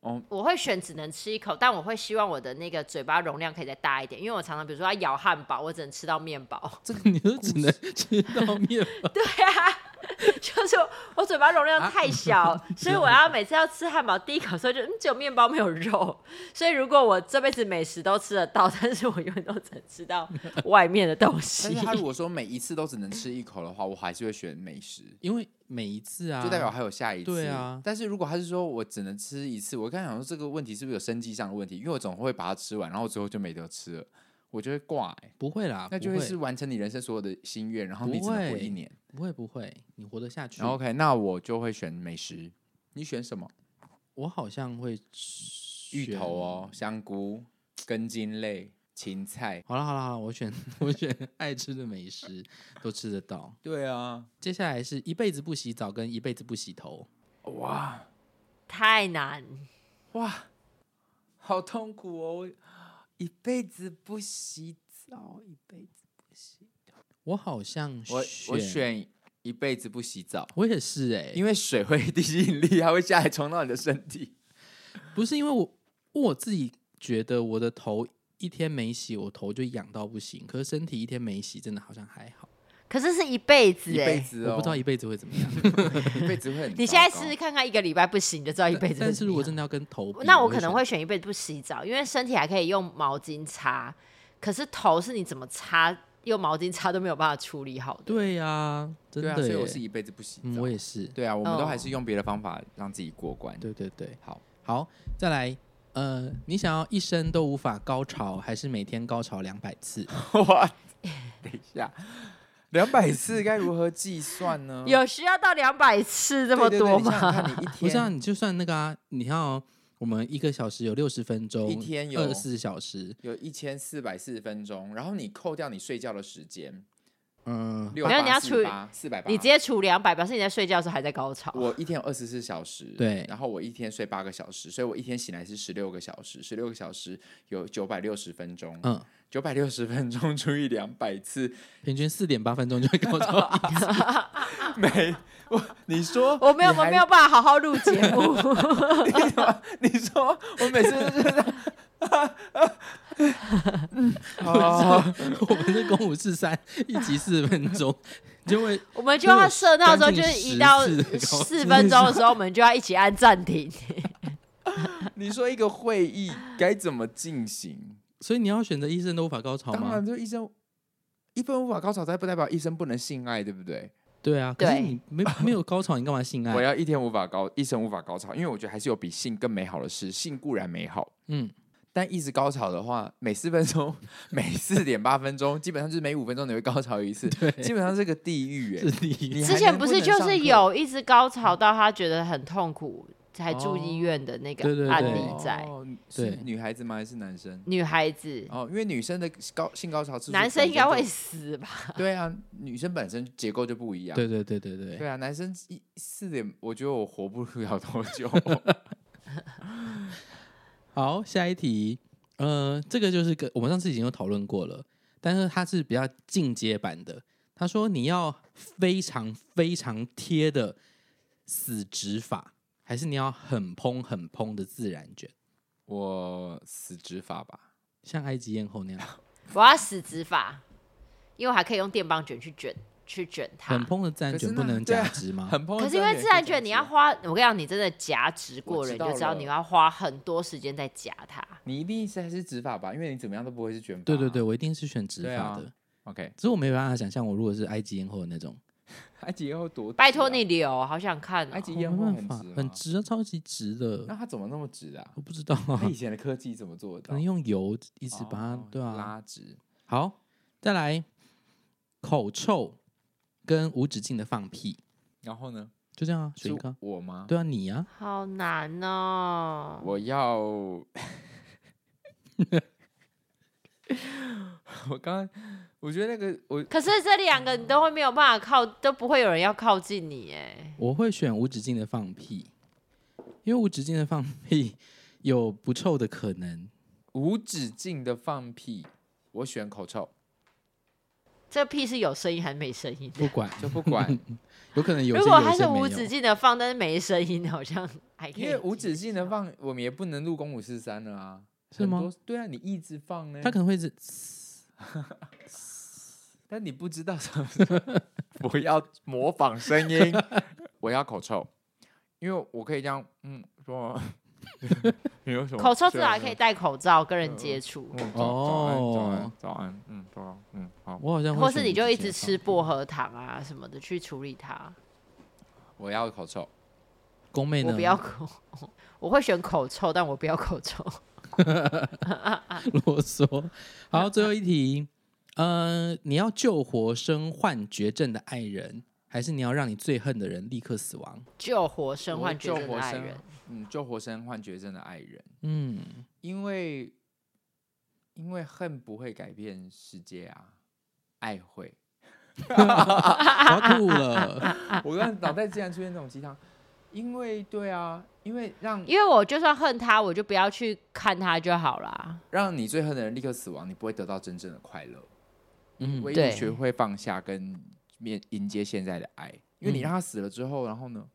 Speaker 1: 哦
Speaker 3: 我会选只能吃一口，但我会希望我的那个嘴巴容量可以再大一点，因为我常常比如说要咬汉堡，我只能吃到面包。
Speaker 2: 这 个你就只能吃到面包。
Speaker 3: 对啊，就是我嘴巴容
Speaker 2: 啊
Speaker 3: 量太小， 所以我要每次要吃汉堡，第一口的时候就嗯只有面包没有肉。所以如果我这辈子美食都吃得到， 但是我永远都只能吃到外面的东西
Speaker 1: 但。是他如果说每一次都只能吃一口的话，我还是会选美食，
Speaker 2: 因为每一次啊，
Speaker 1: 就代表还有下一次。
Speaker 2: 对啊
Speaker 1: 但是如果他是说我只能吃一次，我刚才想说这个问题是不是有生计上的问题？因为我总会把它吃完，然后最后就没得吃了，我就会挂、欸。
Speaker 2: 不会啦，
Speaker 1: 那就
Speaker 2: 啊不
Speaker 1: 会
Speaker 2: 会
Speaker 1: 是完成你人生所有的心愿，然后
Speaker 2: 不
Speaker 1: 你只能活
Speaker 2: 会
Speaker 1: 一年。
Speaker 2: 不会不会，你活得下去。
Speaker 1: 然后 OK，那我就会选美食。你选什么？
Speaker 2: 我好像会
Speaker 1: 芋
Speaker 2: 芋
Speaker 1: 头。哦，香菇、根茎类、芹菜。
Speaker 2: 好了好了好了，我选我选爱吃的美食都吃得到。
Speaker 1: 对啊，
Speaker 2: 接下来是一辈子不洗澡跟一辈子不洗头，
Speaker 1: 哇
Speaker 3: 太难，
Speaker 1: 哇，好痛苦哦！我一辈子不洗澡，一辈子不洗。
Speaker 2: 我好像
Speaker 1: 我我选一辈子不洗澡，
Speaker 2: 我也是哎、
Speaker 1: 因为水会地吸引力，它会下来冲到你的身体。
Speaker 2: 不是因为我我自己觉得我的头一天没洗，我头就痒到不行，可是身体一天没洗，真的好像还好。
Speaker 3: 可是是一辈子
Speaker 1: 一
Speaker 3: 哎、
Speaker 1: 辈子哦，
Speaker 2: 我不知道一辈子会怎么样，
Speaker 1: 一辈子会很。
Speaker 3: 你现在试试，看看，一个礼拜不洗，你就啊知道一辈子。
Speaker 2: 但是如果真的要跟头比，
Speaker 3: 那我
Speaker 2: 我
Speaker 3: 可能
Speaker 2: 会
Speaker 3: 会选一辈子不洗澡，因为身体还可以用毛巾擦，可是头是你怎么擦，用毛巾擦都没有办法处理好
Speaker 2: 选
Speaker 3: 的。
Speaker 2: 对啊，真
Speaker 1: 对
Speaker 2: 的
Speaker 1: 啊，所以
Speaker 2: 耶
Speaker 1: 我是一辈子不洗
Speaker 2: 嗯，
Speaker 1: 澡
Speaker 2: 我。也是，
Speaker 1: 对啊，我们都还
Speaker 3: 哦
Speaker 1: 是用别的方法让自己过关。
Speaker 2: 对对对，
Speaker 1: 好，
Speaker 2: 好，再来。呃，你想要一生都无法高潮，还是每天高潮两百次？
Speaker 1: 哇，等一下，两百次该如何计算呢？
Speaker 3: 有需要到两百次这
Speaker 1: 这
Speaker 3: 么多吗？
Speaker 1: 吗？你想想看你一
Speaker 2: 不是啊，
Speaker 1: 天
Speaker 2: 你就算那个啊，你看哦，我们一个小时有六十分钟，
Speaker 1: 一天有
Speaker 2: 二十四小时，
Speaker 1: 有一千四百四十分钟，然后你扣掉你睡觉的时间，
Speaker 2: 嗯，
Speaker 1: 六
Speaker 3: 没有你要
Speaker 1: 八
Speaker 3: 除
Speaker 1: 四
Speaker 3: 以
Speaker 1: 八四百八，
Speaker 3: 你直接除两百，表示你在睡觉的时候还在高潮。
Speaker 1: 啊我一天有二十四小时，
Speaker 2: 对
Speaker 1: 然后我一天睡八个小时，所以我一天醒来是十六个小时，十六个小时有九百六十分钟，
Speaker 2: 嗯，
Speaker 1: 九百六十分钟除以两百次，
Speaker 2: 平均四点八分钟就会高 潮。
Speaker 1: 没我你说
Speaker 3: 啊我没有，
Speaker 1: 你
Speaker 3: 我
Speaker 1: 还
Speaker 3: 没有办法好好录节目。
Speaker 1: 你说我每次都是 这样， 好，
Speaker 2: 我们是公五四三，一集四十分钟，就会
Speaker 3: 我们就要设闹钟，
Speaker 2: 将
Speaker 3: 就
Speaker 2: 近
Speaker 3: 是一到
Speaker 2: 10次的高潮
Speaker 3: 四分钟的时候，我们就要一起按暂停。
Speaker 1: 你说一个会议该怎么进行？
Speaker 2: 所以你要选择医生都无法高潮
Speaker 1: 当
Speaker 2: 吗
Speaker 1: 然，？就医生一分无法高潮，但不代表医生不能性爱，对不对？
Speaker 2: 对啊，可是
Speaker 3: 对
Speaker 2: 你没没有高潮，你干嘛性
Speaker 1: 我
Speaker 2: 爱？
Speaker 1: 要一天无法高，一生无法高潮，因为我觉得还是有比性更美好的事。性固然美好，
Speaker 2: 嗯，
Speaker 1: 但一直高潮的话，每四分钟、 每四点八分钟，基本上就是每五分钟你会高潮一次，
Speaker 2: 对，
Speaker 1: 基本上是个地狱、
Speaker 2: 是
Speaker 1: 欸。
Speaker 2: 你
Speaker 1: 你还
Speaker 3: 之前
Speaker 1: 能
Speaker 3: 不
Speaker 1: 不
Speaker 3: 是
Speaker 1: 能
Speaker 3: 就
Speaker 1: 上课
Speaker 3: 是有一直高潮到他觉得很痛苦，才住
Speaker 1: 哦
Speaker 3: 医院的那
Speaker 2: 对对
Speaker 3: 个案
Speaker 2: 对
Speaker 3: 例在。
Speaker 1: 哦是
Speaker 2: 对
Speaker 1: 女孩子吗？还是男生？
Speaker 3: 女孩子，
Speaker 1: 哦，因为女生的高性高潮次数
Speaker 3: 男生
Speaker 1: 本
Speaker 3: 应该
Speaker 1: 身
Speaker 3: 会
Speaker 1: 就
Speaker 3: 死吧？
Speaker 1: 对啊，女生本身结构就不一样。
Speaker 2: 对对对对对
Speaker 1: 对，啊，男生一四点，我觉得我活不了多 久。
Speaker 2: 好，下一题，呃，这个就是跟我们上次已经有讨论过了，但是它是比较进阶版的。他说你要非常非常贴的死直法，还是你要很蓬很蓬的自然卷，
Speaker 1: 我死直法吧，
Speaker 2: 像埃及艳后那样，
Speaker 3: 我要死直发，因为我还可以用电棒卷去卷去卷它
Speaker 2: 很。蓬的自然
Speaker 1: 可是
Speaker 2: 卷不
Speaker 1: 那
Speaker 2: 能
Speaker 1: 对啊
Speaker 2: 夹直吗？
Speaker 1: 很碰。
Speaker 3: 可是因为自然卷你要花，我跟你讲，你真的夹直
Speaker 1: 我
Speaker 3: 过
Speaker 1: 知
Speaker 3: 人，你
Speaker 1: 道
Speaker 3: 就知道
Speaker 1: 了
Speaker 3: 你要花很多时间在夹它。
Speaker 1: 你一定是还是直发吧，因为你怎么样都不会是卷发。
Speaker 2: 对对对，。我一定是选直
Speaker 1: 啊对
Speaker 2: 发
Speaker 1: 啊
Speaker 2: 的。
Speaker 1: OK，
Speaker 2: 只是我没办法想象，我如果是埃及艳后的那种，
Speaker 1: 埃及艳后多、啊
Speaker 3: 拜托，你留，好想看、
Speaker 1: 埃及
Speaker 3: 哦。
Speaker 2: 我
Speaker 1: 艳
Speaker 2: 没
Speaker 1: 后
Speaker 2: 办
Speaker 1: 很
Speaker 2: 法
Speaker 1: 直，
Speaker 2: 很
Speaker 1: 吗。
Speaker 2: 直啊，超级直
Speaker 1: 那
Speaker 2: 的。
Speaker 1: 他怎么那么直 啊
Speaker 2: 我？不知道啊
Speaker 1: 他，以前的科技怎么做
Speaker 2: 可
Speaker 1: 的？
Speaker 2: 能用油一
Speaker 1: 一
Speaker 2: 直把它，对啊，
Speaker 1: 拉直。
Speaker 2: 好，再来口臭跟无止境的放屁，
Speaker 1: 然后呢？
Speaker 2: 就这样啊，
Speaker 1: 是
Speaker 2: 选一个啊。
Speaker 1: 我吗？
Speaker 2: 对啊，你啊，
Speaker 3: 好难哦！
Speaker 1: 我要， 我刚，我觉得那个我
Speaker 3: 可是这两个你都会没有办法靠，都不会有人要靠近你哎。
Speaker 2: 我会选无止境的放屁，因为无止境的放屁 有不臭的可能。
Speaker 1: 无止境的放屁，我选口臭。
Speaker 3: 这个屁是有声音还是没声音？
Speaker 2: 不管，
Speaker 1: 就不 管，
Speaker 2: 有可能有些
Speaker 3: 如果
Speaker 2: 有
Speaker 3: 它
Speaker 2: 些
Speaker 3: 是
Speaker 2: 没
Speaker 3: 无
Speaker 2: 有
Speaker 3: 止境的放，但是没声音，好像还可以。
Speaker 1: 因为无止境的放，我们也不能录公五四三了啊。
Speaker 2: 是
Speaker 1: 很
Speaker 2: 吗
Speaker 1: 多？对啊，你一直放呢，
Speaker 2: 他可能会是
Speaker 1: 但你不知道什么时候 不要模仿声音， 我要口臭，因为我可以这样，嗯，说 你有什么
Speaker 3: 口臭至
Speaker 1: 对
Speaker 3: 少
Speaker 1: 啊
Speaker 3: 还可以戴口罩跟人接触，
Speaker 1: 嗯早早安
Speaker 2: 哦
Speaker 1: 早安早安，嗯，早安，嗯，好，
Speaker 2: 我好像会
Speaker 3: 或是
Speaker 2: 选
Speaker 3: 你
Speaker 2: 无
Speaker 3: 就
Speaker 2: 止
Speaker 3: 一
Speaker 1: 啊
Speaker 2: 境
Speaker 3: 直
Speaker 2: 的
Speaker 3: 吃
Speaker 2: 方
Speaker 3: 薄荷糖啊什么的去处理它。
Speaker 1: 我要口臭，
Speaker 2: 宫妹呢？
Speaker 3: 我不要口， 我会选口臭，但我不要口臭。
Speaker 2: 啰嗦。好，最后一题，呃，你要救活身患绝症的爱人，还是你要让你最恨的人立刻死亡？
Speaker 3: 救活身
Speaker 1: 我
Speaker 3: 患
Speaker 1: 会
Speaker 3: 绝
Speaker 1: 救
Speaker 3: 症的
Speaker 1: 活
Speaker 3: 爱
Speaker 1: 身
Speaker 3: 人，
Speaker 1: 嗯，救活身患绝症的爱人，
Speaker 2: 嗯，
Speaker 1: 因为因为恨不会改变世界啊，爱会。
Speaker 2: 我要吐了。
Speaker 1: 我刚才脑袋竟然出现这种鸡汤，因为对啊，因为让
Speaker 3: 因为我就算恨他，我就不要去看他就好啦。
Speaker 1: 让你最恨的人立刻死亡，你不会得到真正的快乐。
Speaker 2: 嗯
Speaker 1: 唯
Speaker 3: 对
Speaker 1: 一学会放下跟面迎接现在的爱，因为你
Speaker 2: 嗯
Speaker 1: 让他死了之后，然后呢，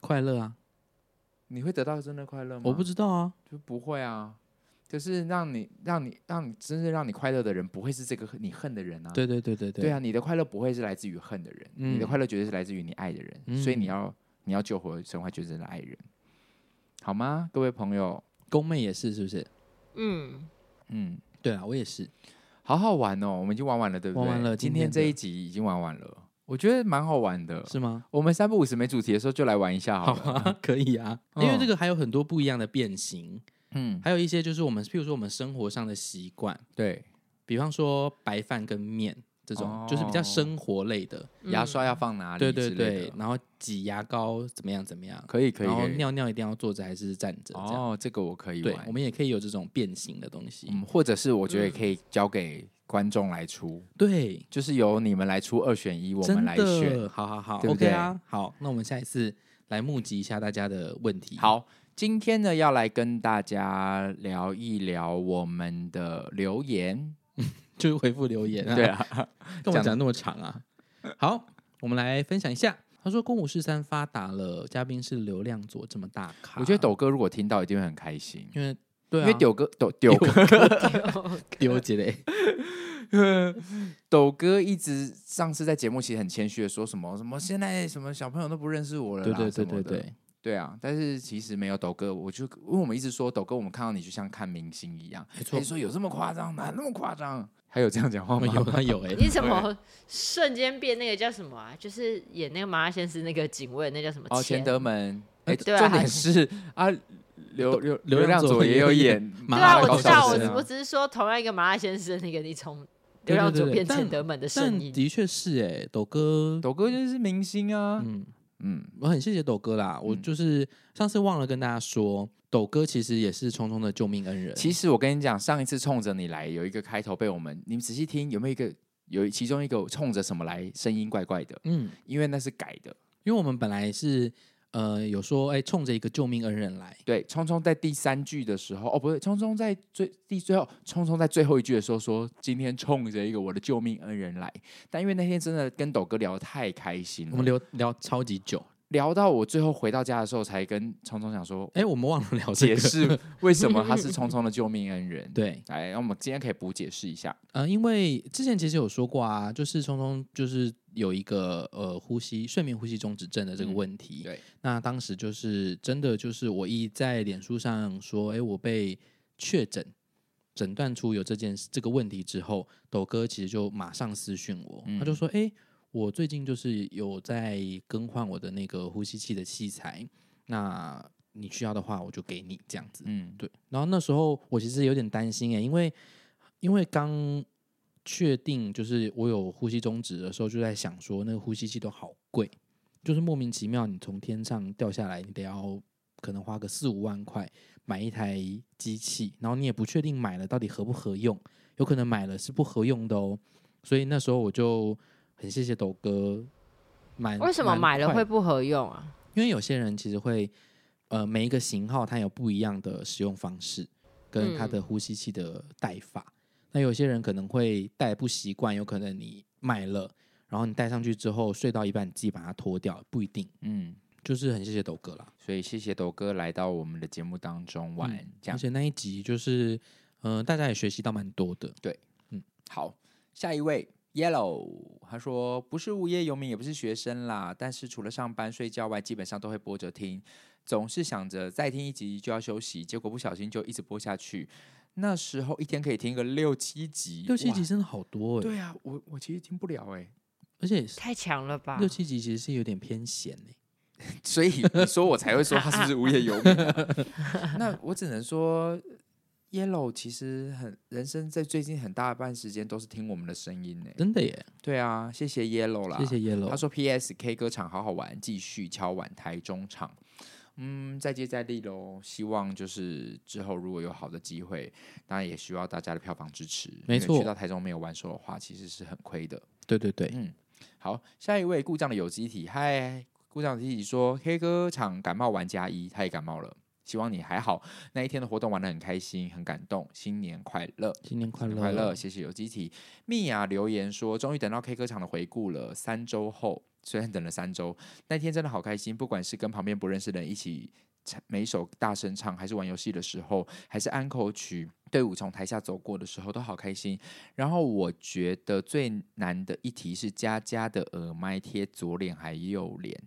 Speaker 2: 快乐啊，
Speaker 1: 你会得到真的快乐吗？
Speaker 2: 我不知道啊。
Speaker 1: 就不会啊。就是让你让你让你真正让你快乐的人，不会是这个你恨的人啊。
Speaker 2: 对对对对对，
Speaker 1: 对啊，你的快乐不会是来自于恨的人，你的
Speaker 2: 嗯
Speaker 1: 快乐绝对是来自于你爱的人，所以
Speaker 2: 嗯
Speaker 1: 你要你要救活神话绝症的爱人，好吗，各位朋友？
Speaker 2: 宫妹也是，是不是？
Speaker 3: 嗯，
Speaker 1: 嗯，
Speaker 2: 对啊，我也是。
Speaker 1: 好好玩哦，我们已经玩完了，对不对？
Speaker 2: 玩完了
Speaker 1: 今
Speaker 2: 今天
Speaker 1: 这
Speaker 2: 的
Speaker 1: 一集已经玩完了，我觉得蛮好玩的。
Speaker 2: 啊是吗？
Speaker 1: 我们三不五时没主题的时候就来玩一下好
Speaker 2: 好
Speaker 1: 了。
Speaker 2: 啊， 可以啊，
Speaker 1: 哦
Speaker 2: 因为这个还有很多不一样的变形，
Speaker 1: 嗯，
Speaker 2: 还有一些就是我们，譬如说我们生活上的习惯，
Speaker 1: 对，
Speaker 2: 比方说白饭跟面这种，就是比较
Speaker 1: 哦啊
Speaker 2: 生活类的。
Speaker 1: 牙刷要放哪里？
Speaker 2: 对对对，，然后挤牙膏怎么样怎么样，
Speaker 1: 可以可以。
Speaker 2: 然后
Speaker 1: 可以
Speaker 2: 尿尿一定要坐着还是站着这样。
Speaker 1: 哦，这个我可以
Speaker 2: 对，
Speaker 1: 玩
Speaker 2: 我。们也可以有这种变形的东西。
Speaker 1: 嗯，或者是我觉得可以交给观众来出，
Speaker 2: 对，
Speaker 1: 就是由你们来出二选一，我
Speaker 2: 真
Speaker 1: 们
Speaker 2: 的
Speaker 1: 来选。
Speaker 2: 好好好
Speaker 1: 对不
Speaker 2: o k
Speaker 1: 对
Speaker 2: 啊，好，那我们下一次来募集一下大家的问题。，
Speaker 1: 好，今天呢要来跟大家聊一聊我们的留言。
Speaker 2: 就是回复留言啊。
Speaker 1: 对，啊，
Speaker 2: 跟我
Speaker 1: 讲
Speaker 2: 讲那么长啊。好，我们来分享一下。他说：“公五十三发达了，嘉宾是流量左这么大咖。”
Speaker 1: 我觉得抖哥如果听到一定会很开心，
Speaker 2: 因为对
Speaker 1: 因
Speaker 2: 啊，
Speaker 1: 为抖啊哥 抖抖哥
Speaker 2: 丢姐 嘞，
Speaker 1: 抖哥一直上次在节目其实很谦虚的说什么什么现在什么小朋友都不认识我了
Speaker 2: 对
Speaker 1: 啦，
Speaker 2: 对对
Speaker 1: 什么
Speaker 2: 对
Speaker 1: 的
Speaker 2: 对，
Speaker 1: 对啊，但是其实没有抖哥，我就因为我们一直说抖哥，我们看到你就像看明星一样，
Speaker 2: 没错
Speaker 1: 他就说有这么夸张，哪那么夸张？还有这样讲话
Speaker 2: 我
Speaker 1: 吗？
Speaker 2: 们有啊 有哎，
Speaker 3: 你怎么瞬间变那个叫什么啊？就是演那个麻辣先生那个警卫，那叫什么？
Speaker 1: 哦，钱德门，哎，
Speaker 3: 对啊
Speaker 1: 重点是啊，刘刘
Speaker 2: 刘
Speaker 1: 亮
Speaker 2: 亮佐
Speaker 1: 也
Speaker 2: 也
Speaker 1: 有
Speaker 2: 有演
Speaker 1: 演
Speaker 2: 麻
Speaker 3: 对
Speaker 2: 辣
Speaker 3: 啊，
Speaker 2: 高
Speaker 3: 我知道，
Speaker 2: 校
Speaker 3: 我
Speaker 2: 生
Speaker 3: 只
Speaker 2: 啊
Speaker 3: 我只是说同样一个麻辣先生那个，你从
Speaker 2: 对
Speaker 3: 流浪
Speaker 2: 对
Speaker 3: 左
Speaker 2: 对
Speaker 3: 变
Speaker 2: 但
Speaker 3: 成德门的声
Speaker 2: 但
Speaker 3: 音，
Speaker 2: 的确是哎，抖哥，
Speaker 1: 抖哥就是明星啊，
Speaker 2: 嗯，
Speaker 1: 嗯，
Speaker 2: 我很谢谢抖哥啦。我
Speaker 1: 嗯
Speaker 2: 就是上次忘了跟大家说，抖哥其实也是聪聪的救命恩人。
Speaker 1: 其实我跟你讲，上一次冲着你来有一个开头被我们，你们仔细听有没有一个有其中一个冲着什么来，声音怪怪的，
Speaker 2: 嗯，
Speaker 1: 因为那是改的。
Speaker 2: 因为我们本来是呃有说，哎、冲着一个救命恩人来，
Speaker 1: 对，聪聪在第三句的时候，哦，不对，聪聪在最第最后，聪聪在最后一句的时候说，今天冲着一个我的救命恩人来。但因为那天真的跟斗哥聊得太开心
Speaker 2: 我们
Speaker 1: 了，
Speaker 2: 聊聊超级久。
Speaker 1: 聊到我最后回到家的时候，才跟聪聪讲说，
Speaker 2: 哎、我们忘了聊这
Speaker 1: 解
Speaker 2: 个。
Speaker 1: 释为什么他是聪聪的救命恩人。，
Speaker 2: 对，
Speaker 1: 来，那我们今天可以补解释一下。
Speaker 2: 呃，因为之前其实有说过啊，就是聪聪就是有一个呃呼吸睡眠呼吸中止症的这个
Speaker 1: 嗯
Speaker 2: 问题。
Speaker 1: 对，
Speaker 2: 那当时就是真的就是我一在脸书上说，哎、我被确诊诊断出有这件事这个问题之后，抖哥其实就马上私讯我，
Speaker 1: 嗯
Speaker 2: 他就说，哎、我最近就是有在更换我的那个呼吸器的器材，那你需要的话我就给你这样子。
Speaker 1: 嗯，
Speaker 2: 对，然后那时候我其实有点担心哎、因为因为刚确定就是我有呼吸终止的时候，就在想说那个呼吸器都好贵，就是莫名其妙你从天上掉下来，你得要可能花个四五万块买一台机器，然后你也不确定买了到底合不合用，有可能买了是不合用的哦。所以那时候我就很谢谢抖哥，蛮
Speaker 3: 为什么
Speaker 2: 蛮
Speaker 3: 买了
Speaker 2: 快
Speaker 3: 会不合用啊？
Speaker 2: 因为有些人其实会，呃，每一嗯个型号它有不一样的使用方式，跟它的呼吸器的戴法。那有些人可能会戴不习惯，有可能你买了，然后你戴上去之后睡到一半，你自己把它脱掉，不一定。
Speaker 1: 嗯，
Speaker 2: 就是很谢谢斗哥啦，
Speaker 1: 所以谢谢斗哥来到我们的节目当中玩，
Speaker 2: 嗯
Speaker 1: 这
Speaker 2: 而
Speaker 1: 样
Speaker 2: 且那一集就是，嗯、大家也学习到蛮多的。
Speaker 1: 好。下一位 Yellow，他说不是无业游民，也不是学生啦，但是除了上班睡觉外，基本上都会播着听，总是想着再听一集就要休息，结果不小心就一直播下去。那时候一天可以听个六七集，
Speaker 2: 六七
Speaker 1: 哇
Speaker 2: 集真的好多哎、
Speaker 1: 对啊，我我其实听不了哎、
Speaker 2: 而且
Speaker 3: 太强了
Speaker 1: 啊
Speaker 3: 吧
Speaker 2: 六？七集其实是有点偏咸哎、
Speaker 1: 所以你说我才会说他是不是无业游民啊、那我只能说，Yellow 其实很人生在最近很大半时间都是听我们的声音呢、欸
Speaker 2: 真的耶，
Speaker 1: 对啊，谢谢 Yellow 啦，
Speaker 2: 谢谢
Speaker 1: 啊他
Speaker 2: Yellow。
Speaker 1: 说 PS K 歌场好好玩，继续敲碗台中场。嗯，再接再厉喽。希望就是之后如果有好的机会，当然也需要大家的票房支持。
Speaker 2: 没
Speaker 1: 因为
Speaker 2: 错
Speaker 1: 去到台中没有玩手的话，其实是很亏的。
Speaker 2: 对对对，
Speaker 1: 嗯，好，下一位故障的有机体，嗨，故障的有机体说，K 歌场感冒玩加一，他也感冒了，希望你还好。那一天的活动玩的很开心，很感动，新年快乐。
Speaker 2: 新年快
Speaker 1: 新年
Speaker 2: 乐，
Speaker 1: 快乐，谢谢有机体。蜜雅留言说，终于等到 K 歌场的回顾了，三周后，虽然等了三周，那天真的好开心，不管是跟旁边不认识的人一起。唱每首大声唱，还是玩游戏的时候，还是安口曲，队伍从台下走过的时候，都好开心。然后我觉得最难的一题是佳佳的耳麦贴左脸还右脸，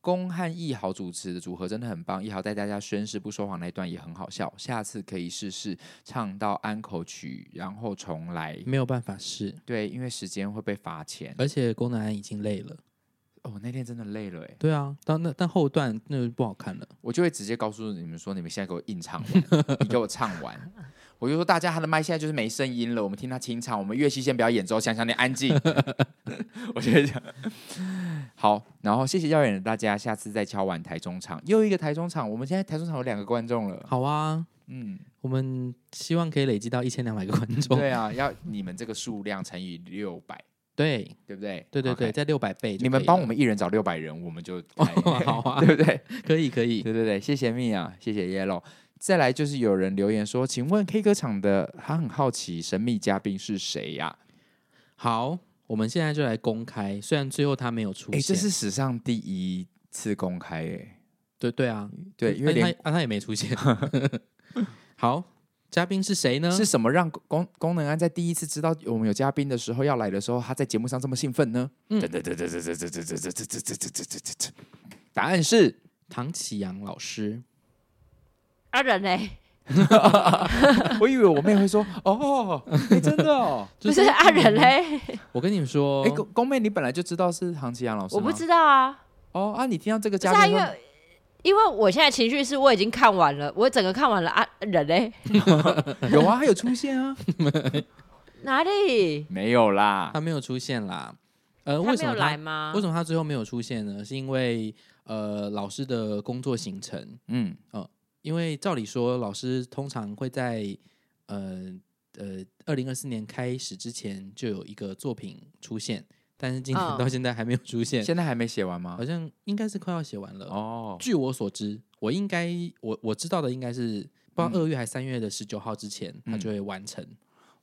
Speaker 1: 龚和易豪主持的组合真的很棒，易豪带大家宣誓不说谎那一段也很好笑，下次可以试试唱到安口曲，然后重来。
Speaker 2: 没有办法试，
Speaker 1: 对，因为时间会被罚钱。
Speaker 2: 而且功能安已经累了。
Speaker 1: 哦，那天真的累了哎，
Speaker 2: 对啊，但那但后段那就不好看了。
Speaker 1: 我就会直接告诉你们说，你们现在给我硬唱完， 你给我唱完。我就说大家他的麦现在就是没声音了，我们听他清唱，我们乐器先不要演奏，想想你安 静。我觉得这样好，然后谢谢耀眼的大家，下次再敲完台中场，又一个台中场，我们现在台中场有两个观众了，
Speaker 2: 好啊，
Speaker 1: 嗯。
Speaker 2: 我们希望可以累积到一千两百个观众。
Speaker 1: 对啊，要你们这个数量乘以六百，
Speaker 2: 对
Speaker 1: 对不对？
Speaker 2: 对对对
Speaker 1: OK
Speaker 2: 在六百倍就可以了，
Speaker 1: 你们帮我们一人找六百人，我们就开
Speaker 2: 好 啊，
Speaker 1: 对不对？
Speaker 2: 可以可以。
Speaker 1: 对对对，谢谢蜜啊，谢谢 Yellow。再来就是有人留言说，请问 K 歌场的他很好奇神秘嘉宾是谁呀、
Speaker 2: 好，我们现在就来公开，虽然最后他没有出
Speaker 1: 哎，
Speaker 2: 现，
Speaker 1: 这是史上第一次公开哎，
Speaker 2: 对对啊，
Speaker 1: 对，因为
Speaker 2: 但
Speaker 1: 连
Speaker 2: 他、啊、他也没出现。 好，嘉宾是谁
Speaker 3: 嗯
Speaker 2: 呢？
Speaker 1: 是什么让功功能安在第一次知道我们有嘉宾的时候要来的时候，他在节目上这么兴奋呢？
Speaker 2: 嗯
Speaker 1: 对对对对对对对对对对对对对对对对，答案是
Speaker 2: 唐启阳老师。
Speaker 3: 啊人嘞？
Speaker 1: 我以为我妹会说 哦，你真的哦。
Speaker 2: 就
Speaker 3: 不是啊人， 嘞？
Speaker 2: 我跟你说，
Speaker 1: 哎，宫宫妹，你本来就知道是唐奇阳老师吗，
Speaker 3: 哦我不知道啊，
Speaker 1: 哦啊！你听到这个
Speaker 3: 不是
Speaker 1: 嘉
Speaker 3: 啊，
Speaker 1: 宾
Speaker 3: 因
Speaker 1: 说，
Speaker 3: 为因为我现在情绪是我已经看完了，我整个看完了啊人嘞？
Speaker 1: 有啊，他有出现 啊，
Speaker 3: 哪里？
Speaker 1: 没有啦
Speaker 2: 他没有出现啦。呃，
Speaker 3: 他
Speaker 2: 为
Speaker 3: 没
Speaker 2: 什
Speaker 3: 有
Speaker 2: 么
Speaker 3: 来
Speaker 2: 他
Speaker 3: 吗？
Speaker 2: 为什么他最后没有出现呢？是因为呃老师的工作行程，
Speaker 1: 嗯，
Speaker 2: 因为照理说老师通常会在呃呃二零二四年开始之前就有一个作品出现，但是今
Speaker 3: 嗯
Speaker 2: 年 到现在还没有出现，
Speaker 1: 现在还没写完吗
Speaker 2: 好？像应该是快要写完了。
Speaker 1: 哦，
Speaker 2: 据我所知，我应该我我知道的应该是不知道
Speaker 1: 嗯
Speaker 2: 二月还三月的十九号之前，他
Speaker 1: 嗯
Speaker 2: 就会完成。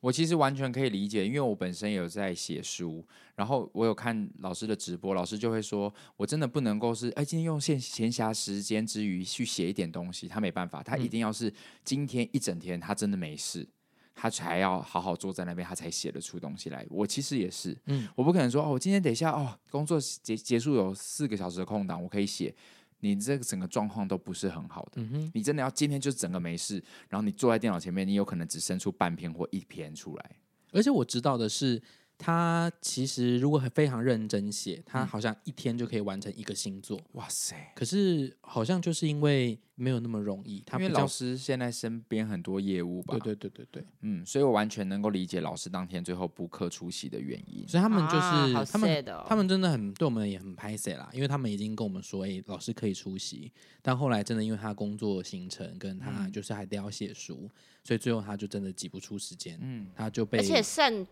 Speaker 1: 我其实完全可以理解，因为我本身有在写书，然后我有看老师的直播，老师就会说，我真的不能够是，哎，今天用闲闲暇时间之余去写一点东西，他没办法，他一定要是今天一整天他真的没事，他才要好好坐在那边，他才写得出东西来。我其实也是，
Speaker 2: 嗯
Speaker 1: 我不可能说哦，我今天等一下哦，工作结结束有四个小时的空档，我可以写。你这个整个状况都不是很好的，
Speaker 2: 嗯哼，
Speaker 1: 你真的要今天就整个没事，然后你坐在电脑前面，你有可能只生出半篇或一篇出来。
Speaker 2: 而且我知道的是，他其实如果很非常认真写，他
Speaker 1: 嗯
Speaker 2: 好像一天就可以完成一个星座。
Speaker 1: 哇塞！
Speaker 2: 可是好像就是因为没有那么容易，他
Speaker 1: 因为
Speaker 2: 比较
Speaker 1: 老师现在身边很多业务吧，
Speaker 2: 对对对对对，
Speaker 1: 嗯，所以我完全能够理解老师当天最后不课出席的原因。
Speaker 2: 所以他们就是、
Speaker 3: 啊好
Speaker 2: 他们
Speaker 3: sad 哦
Speaker 2: 他们真的很对我们也很拍 C 啦，因为他们已经跟我们说，哎、老师可以出席，但后来真的因为他工作行程跟
Speaker 3: 嗯
Speaker 2: 他就是还得要写书，所以最后他就真的挤不出时间，
Speaker 1: 嗯，
Speaker 2: 他就被
Speaker 3: 而且散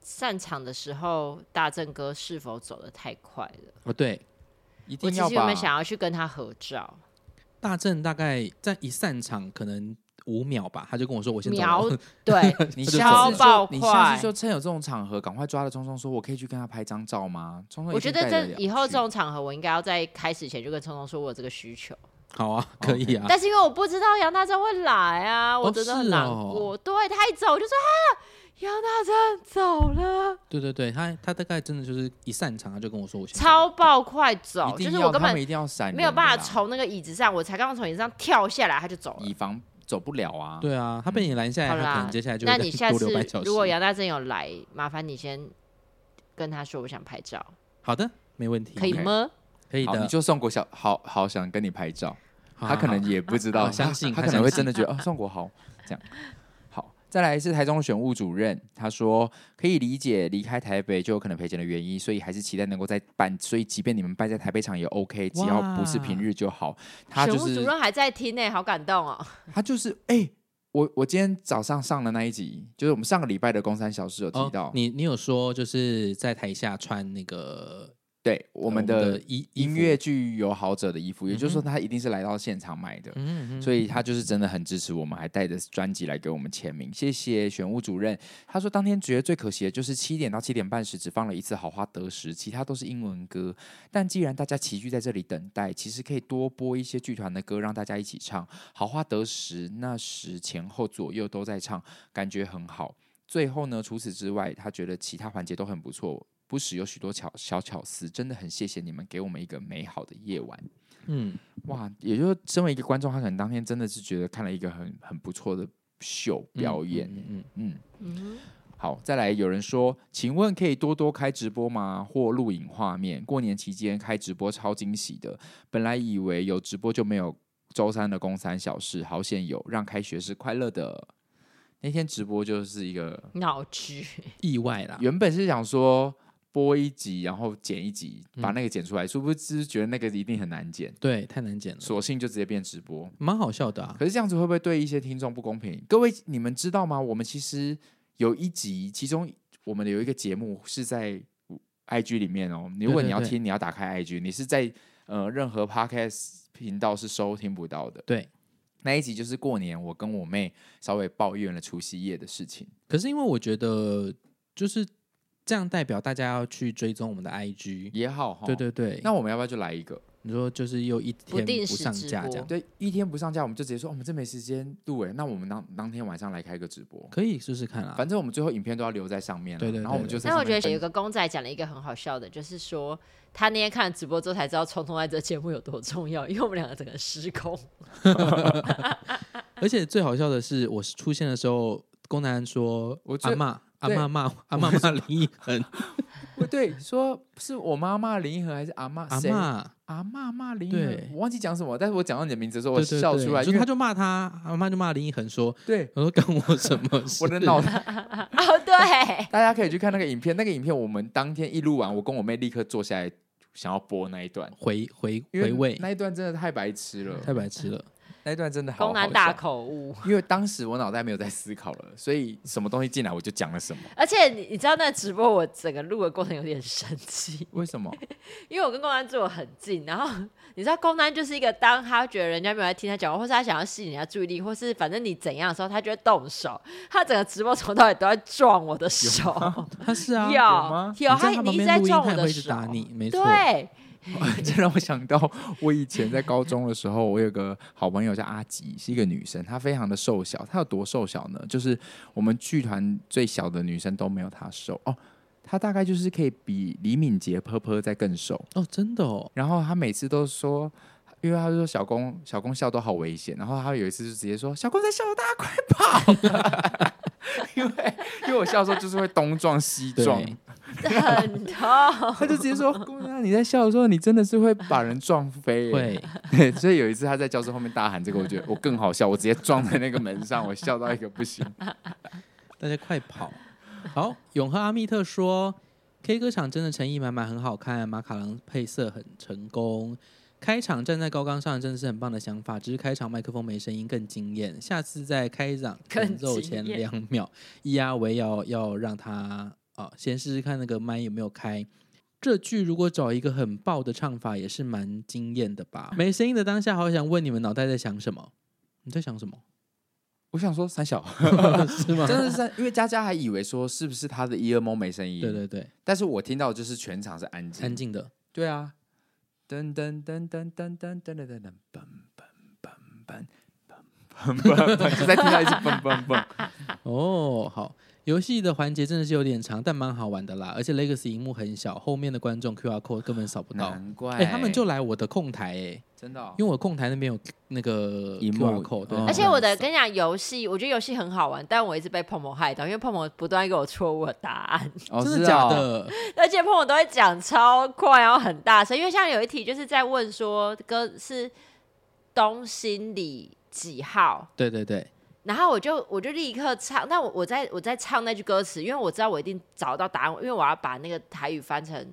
Speaker 3: 散场的时候，大正哥是否走的太快了？
Speaker 2: 哦对，
Speaker 1: 一定
Speaker 3: 我其
Speaker 1: 要
Speaker 3: 实有
Speaker 1: 吧
Speaker 3: 没有？想要去跟他合照？
Speaker 2: 大正大概在一散场可能。五秒吧，他就跟我说我先走
Speaker 3: 秒
Speaker 2: 了。
Speaker 3: 对，
Speaker 1: 你
Speaker 2: 他就
Speaker 1: 下次
Speaker 2: 走
Speaker 3: 了超爆
Speaker 1: 就你下
Speaker 3: 快
Speaker 1: 次就趁有这种场合，赶快抓了聪聪说，我可以去跟他拍张照吗？聪聪一
Speaker 3: 我觉
Speaker 1: 定
Speaker 3: 得
Speaker 1: 带得
Speaker 3: 这
Speaker 1: 了
Speaker 3: 以后
Speaker 1: 去
Speaker 3: 这种场合，我应该要在开始前就跟聪聪说我有这个需求，
Speaker 2: 好
Speaker 3: 哦
Speaker 2: 啊，可以啊。
Speaker 3: 但是因为我不知道杨大正会来啊，我
Speaker 2: 哦
Speaker 3: 真的很
Speaker 2: 是
Speaker 3: 难
Speaker 2: 哦
Speaker 3: 过。对，他一走我就说啊，杨大正走了，
Speaker 2: 对对对，他他大概真的就是一散场，他就跟我说我先走
Speaker 3: 超爆快走，
Speaker 1: 一
Speaker 3: 就
Speaker 1: 定
Speaker 3: 是
Speaker 1: 要
Speaker 3: 我根
Speaker 1: 他们
Speaker 3: 本
Speaker 1: 一定要闪人的啦，
Speaker 3: 没有办法从那个椅子上，我才刚刚从椅子上跳下来，他就走了
Speaker 1: 以。防走不了啊。
Speaker 2: 对啊，他被你拦下来，
Speaker 3: 嗯好
Speaker 2: 他可
Speaker 3: 啦
Speaker 2: 能接下来，就
Speaker 3: 那
Speaker 2: 会
Speaker 3: 你
Speaker 2: 再
Speaker 3: 下
Speaker 2: 多
Speaker 3: 次
Speaker 2: 留半小时
Speaker 3: 如。果杨大正有来，麻烦你先跟他说我想拍照，
Speaker 2: 好的，没问题，
Speaker 3: 可以
Speaker 1: OK
Speaker 3: 吗？
Speaker 2: 可以
Speaker 1: 好，你
Speaker 2: 的。
Speaker 1: 就送国小好好想跟你拍照，
Speaker 2: 好
Speaker 1: 他可能
Speaker 2: 好
Speaker 1: 也不知道，
Speaker 2: 好相信
Speaker 1: 他
Speaker 2: 他
Speaker 1: 可能会
Speaker 2: 相
Speaker 1: 真
Speaker 2: 信
Speaker 1: 的觉得哦，宋国豪这样。好，再来是台中选务主任，他说可以理解离开台北就有可能赔钱的原因，所以还是期待能够在办，所以即便你们办在台北场也 OK，只要不是平日就好。他
Speaker 3: 选
Speaker 1: 就
Speaker 3: 务主
Speaker 1: 是
Speaker 3: 任还在听呢、好感动哦。
Speaker 1: 他就是哎、我我今天早上上的那一集，就是我们上个礼拜的《公三小事》有提到，
Speaker 2: 哦，你你有说就是在台下穿那个
Speaker 1: 对我
Speaker 2: 呃我
Speaker 1: 们的
Speaker 2: 衣
Speaker 1: 音乐，剧友好者的衣服，也就是说
Speaker 2: 嗯
Speaker 1: 他一定是来到现场买的。
Speaker 2: 衣服嗯嗯嗯
Speaker 1: 所以他就是真的很支持我们，还带着专辑来给我们签名。谢谢选务主任，他说当天觉得最可惜的就是七点到七点半时只放了一次《好花得时》，其他都是英文歌。但既然大家齐聚在这里等待，其实可以多播一些剧团的歌，让大家一起唱。《好花得时》那时前后左右都在唱，感觉很好。最后呢，除此之外，他觉得其他环节都很不错。不时有许多巧小巧思，真的很谢谢你们给我们一个美好的夜晚。
Speaker 2: 嗯，
Speaker 1: 哇，也就是身为一个观众，他可能当天真的是觉得看了一个很很不错的秀表演。
Speaker 2: 嗯嗯
Speaker 1: 嗯
Speaker 3: 嗯，
Speaker 1: 好，再来有人说，请问可以多多开直播吗？或录影画面？过年期间开直播超惊喜的，本来以为有直播就没有周三的公三小事，好险有，让开学是快乐的。那天直播就是一个，
Speaker 3: 脑汁。
Speaker 2: 意外啦，
Speaker 1: 原本是想说播一集，然后剪一集，
Speaker 2: 嗯
Speaker 1: 把那个剪出来，殊不知觉得那个一定很难剪，
Speaker 2: 对，太难剪了，
Speaker 1: 索性就直接变直播。
Speaker 2: 蛮好笑的啊。
Speaker 1: 可是这样子会不会对一些听众不公平？各位，你们知道吗？我们其实有一集，其中我们的有一个节目是在 IG 里面哦。如果
Speaker 2: 对对
Speaker 1: 你要
Speaker 2: 对
Speaker 1: 听，你要打开 IG，你是在呃任何 Podcast 频道是收听不到的。
Speaker 2: 对，
Speaker 1: 那一集就是过年，我跟我妹稍微抱怨了除夕夜的事情。
Speaker 2: 可是因为我觉得就是这样，代表大家要去追踪我们的 IG，
Speaker 1: 也好哈，
Speaker 2: 对。对对。
Speaker 1: 哦那我们要不要就来一个？
Speaker 2: 你说就是又一天
Speaker 3: 定
Speaker 2: 不
Speaker 3: 时
Speaker 2: 上
Speaker 3: 直
Speaker 2: 架这
Speaker 3: 播
Speaker 2: 样，
Speaker 1: 对，一天不上架，我们就直接说，哦我们这没时间录欸诶，那我们当当天晚上来开个直播。
Speaker 2: 可以试试看啊。
Speaker 1: 反正我们最后影片都要留在上面了，
Speaker 2: 对对
Speaker 1: 然后我
Speaker 2: 对
Speaker 1: 们
Speaker 2: 对
Speaker 1: 就在
Speaker 3: 但我
Speaker 1: 上面
Speaker 3: 觉得
Speaker 1: 分
Speaker 3: 有一个公仔讲了一个很好笑的，就是说他那天看了直播之后才知道聪聪在这节目有多重要，因为我们两个整个失控。
Speaker 2: 而且最好笑的是，我出现的时候，宫南说
Speaker 1: 我
Speaker 2: 阿
Speaker 1: 最
Speaker 2: 妈阿
Speaker 1: 对
Speaker 2: 妈骂阿妈骂林依 恒，
Speaker 1: 不对，说是我妈骂林依恒还是阿妈？
Speaker 2: 阿
Speaker 1: 谁
Speaker 2: 妈
Speaker 1: 阿妈骂林依恒
Speaker 2: 对，
Speaker 1: 我忘记讲什么，但是我讲到你的名字的时候，我
Speaker 2: 对对
Speaker 1: 笑出来，
Speaker 2: 对就
Speaker 1: 因为
Speaker 2: 他就骂他，阿妈就骂林依恒说，
Speaker 1: 对
Speaker 2: 我说干我什么事？
Speaker 1: 我的脑袋。
Speaker 3: 哦，对，
Speaker 1: 大家可以去看那个影片，那个影片我们当天一录完，我跟我妹立刻坐下来想要播那一段，
Speaker 2: 回回
Speaker 1: 因为
Speaker 2: 回味，
Speaker 1: 那一段真的太白痴了，
Speaker 2: 太白痴了。
Speaker 1: 那一段真的好
Speaker 3: 公
Speaker 1: 好
Speaker 3: 然大
Speaker 1: 笑。
Speaker 3: 口误，
Speaker 1: 因为当时我脑袋没有在思考了，所以什么东西进来我就讲了什么。
Speaker 3: 而且你你知道那直播我整个录的过程有点生气，
Speaker 1: 为什么？
Speaker 3: 因为我跟公安坐得很近，然后你知道公安就是一个，当他觉得人家没有在听他讲话，或是他想要吸引人家注意力，或是反正你怎样的时候，他就会动手。他整个直播从头到尾都在撞我的手，
Speaker 2: 他是啊，
Speaker 3: 有
Speaker 1: 吗
Speaker 2: 你
Speaker 3: 有
Speaker 2: 在
Speaker 3: 他
Speaker 2: 他
Speaker 3: 你
Speaker 2: 旁
Speaker 3: 一直
Speaker 2: 边
Speaker 3: 在
Speaker 2: 录音，
Speaker 3: 撞
Speaker 2: 他
Speaker 3: 我
Speaker 2: 也
Speaker 3: 的
Speaker 2: 会一直
Speaker 3: 手，
Speaker 2: 打你，没错。
Speaker 3: 对，
Speaker 1: 这让我想到，我以前在高中的时候，我有个好朋友叫阿吉，是一个女生，她非常的瘦小。她有多瘦小呢？就是我们剧团最小的女生都没有她瘦哦。她大概就是可以比李敏杰、p 泼再更瘦。
Speaker 2: 哦，真的哦，
Speaker 1: 然后她每次都说，因为她说小公小公笑都好危险。然后她有一次就直接说：“小公在笑，大家快跑！” 因为因为我笑的时候就是会东撞西撞，
Speaker 2: 对
Speaker 3: 很
Speaker 2: 哦
Speaker 3: 痛。
Speaker 1: 她就直接说：“姑娘，你在笑的时候，你真的是会把人撞飞、欸。”
Speaker 2: 会
Speaker 1: 对，所以有一次他在教室后面大喊这个，我觉得我更好笑，我直接撞在那个门上，我笑到一个不行。
Speaker 2: 大家快跑！好，永和阿密特说，K 歌场真的诚意满满，很好看，马卡龙配色很成功。开场站在高岗上真的是很棒的想法，只是开场麦克风没声音更惊艳。下次在开场
Speaker 3: 更
Speaker 2: 前奏
Speaker 3: 惊艳
Speaker 2: 前两秒，一压为要要让他啊，先试试看那个麦有没有开。这句如果找一个很爆的唱法，也是蛮惊艳的吧？没声音的当下，好想问你们脑袋在想什么？你在想什么？
Speaker 1: 我想说三小，
Speaker 2: 是吗？
Speaker 1: 真的是三，因为佳佳还以为说是不是他的 ear m o 没
Speaker 3: 嗯
Speaker 1: 声音，
Speaker 2: 对对对，
Speaker 1: 但是我听到就是全场是安静，
Speaker 2: 安。静的，
Speaker 1: 对啊，噔噔噔噔噔噔噔噔噔噔，嘣嘣嘣嘣嘣嘣嘣，就在听到一直嘣嘣嘣。
Speaker 2: 哦，好，游戏的环节真的是有点长，但蛮好玩的啦。而且 Legacy 荧幕很小，后面的观众 QR code 根本扫 不到。
Speaker 1: 难怪，
Speaker 2: 哎、他们就来我的控台哎、
Speaker 1: 真的哦
Speaker 2: 因为我控台那边有那个
Speaker 1: 荧幕
Speaker 2: QR code，对
Speaker 1: 嗯
Speaker 3: 而且我的跟你讲，游戏我觉得游戏很好玩，但我一直被碰碰害到，因为碰碰不断给我戳我答案，
Speaker 1: 哦
Speaker 2: 真
Speaker 1: 是
Speaker 2: 的假
Speaker 1: 哦
Speaker 2: 的？
Speaker 3: 而且碰碰都会讲超快，然后很大声。因为像有一题就是在问说，哥是东兴里几号，
Speaker 2: 对对对，
Speaker 3: 然后我就我就立刻唱，那我我在我在唱那句歌词，因为我知道我一定找到答案，因为我要把那个台语翻成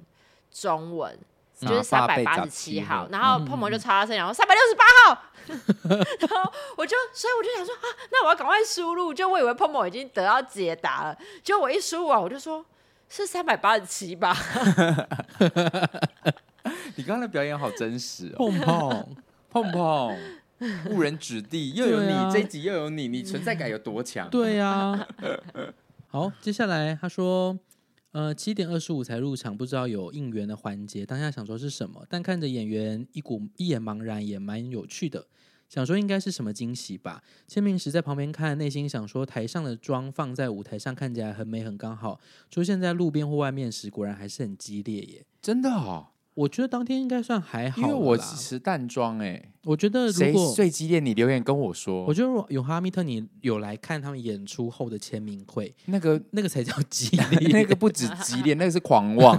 Speaker 3: 中文，就是三百八十七号。然后碰碰就超大声，然后三百六十八号， 然后我就所以我就想说啊，那我要赶快输入，就我以为碰碰已经得到解答了，就我一输入完我就说是三百八十七吧，
Speaker 1: 你刚刚的表演好真实哦，
Speaker 2: 碰碰，
Speaker 1: 碰碰误人子 弟，又有
Speaker 2: 对
Speaker 1: 你
Speaker 2: 啊
Speaker 1: 这一集又有你，你存在感有多强？
Speaker 2: 对呀、 好，接下来他说，呃，七点二十五才入场，不知道有应援的环节，当下想说是什么，但看着演员一股一眼茫然，也蛮有趣的。想说应该是什么惊喜吧。签名时在旁边看，内心想说台上的妆放在舞台上看起来很美很刚好，出现在路边或外面时，果然还是很激烈耶。
Speaker 1: 真的哦，
Speaker 2: 我觉得当天应该算还好
Speaker 1: 因
Speaker 2: 了啦，
Speaker 1: 为我只是淡妆哎，
Speaker 2: 我觉得如
Speaker 1: 谁
Speaker 2: 果
Speaker 1: 最激烈？你留言跟我说
Speaker 2: 我，觉得如果有哈密特，你有来看他们演出后的签名会，
Speaker 1: 那个
Speaker 2: 那个才叫激烈。
Speaker 1: 那个不止激烈， 那个是狂妄。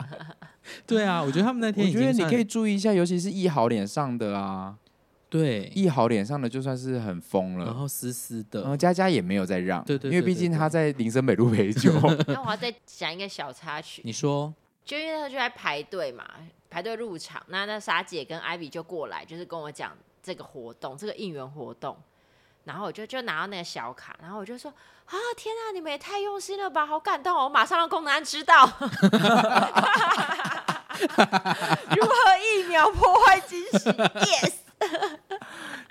Speaker 2: 对啊，我觉得他们那
Speaker 1: 我
Speaker 2: 天已
Speaker 1: 觉得
Speaker 2: 经
Speaker 1: 你
Speaker 2: 算
Speaker 1: 可以注意一下，尤其是易豪脸上的啊，
Speaker 2: 对，
Speaker 1: 易豪脸上的就算是很疯
Speaker 2: 然
Speaker 1: 了。
Speaker 2: 后丝丝的，
Speaker 1: 然后佳佳也没有在让，
Speaker 2: 对对对
Speaker 1: 因为毕竟
Speaker 2: 对对
Speaker 1: 他在林森北路陪 酒，
Speaker 3: 那我要再讲一个小插曲，
Speaker 2: 你说
Speaker 3: 就因为那时候就在排队嘛，排队入场。那那莎姐跟艾比就过来，就是跟我讲这个活动，这个应援活动。然后我就就拿到那个小卡，然后我就说啊，天啊，你们也太用心了吧，好感动哦！我马上让龚南知道 如何一秒破坏惊喜。Yes，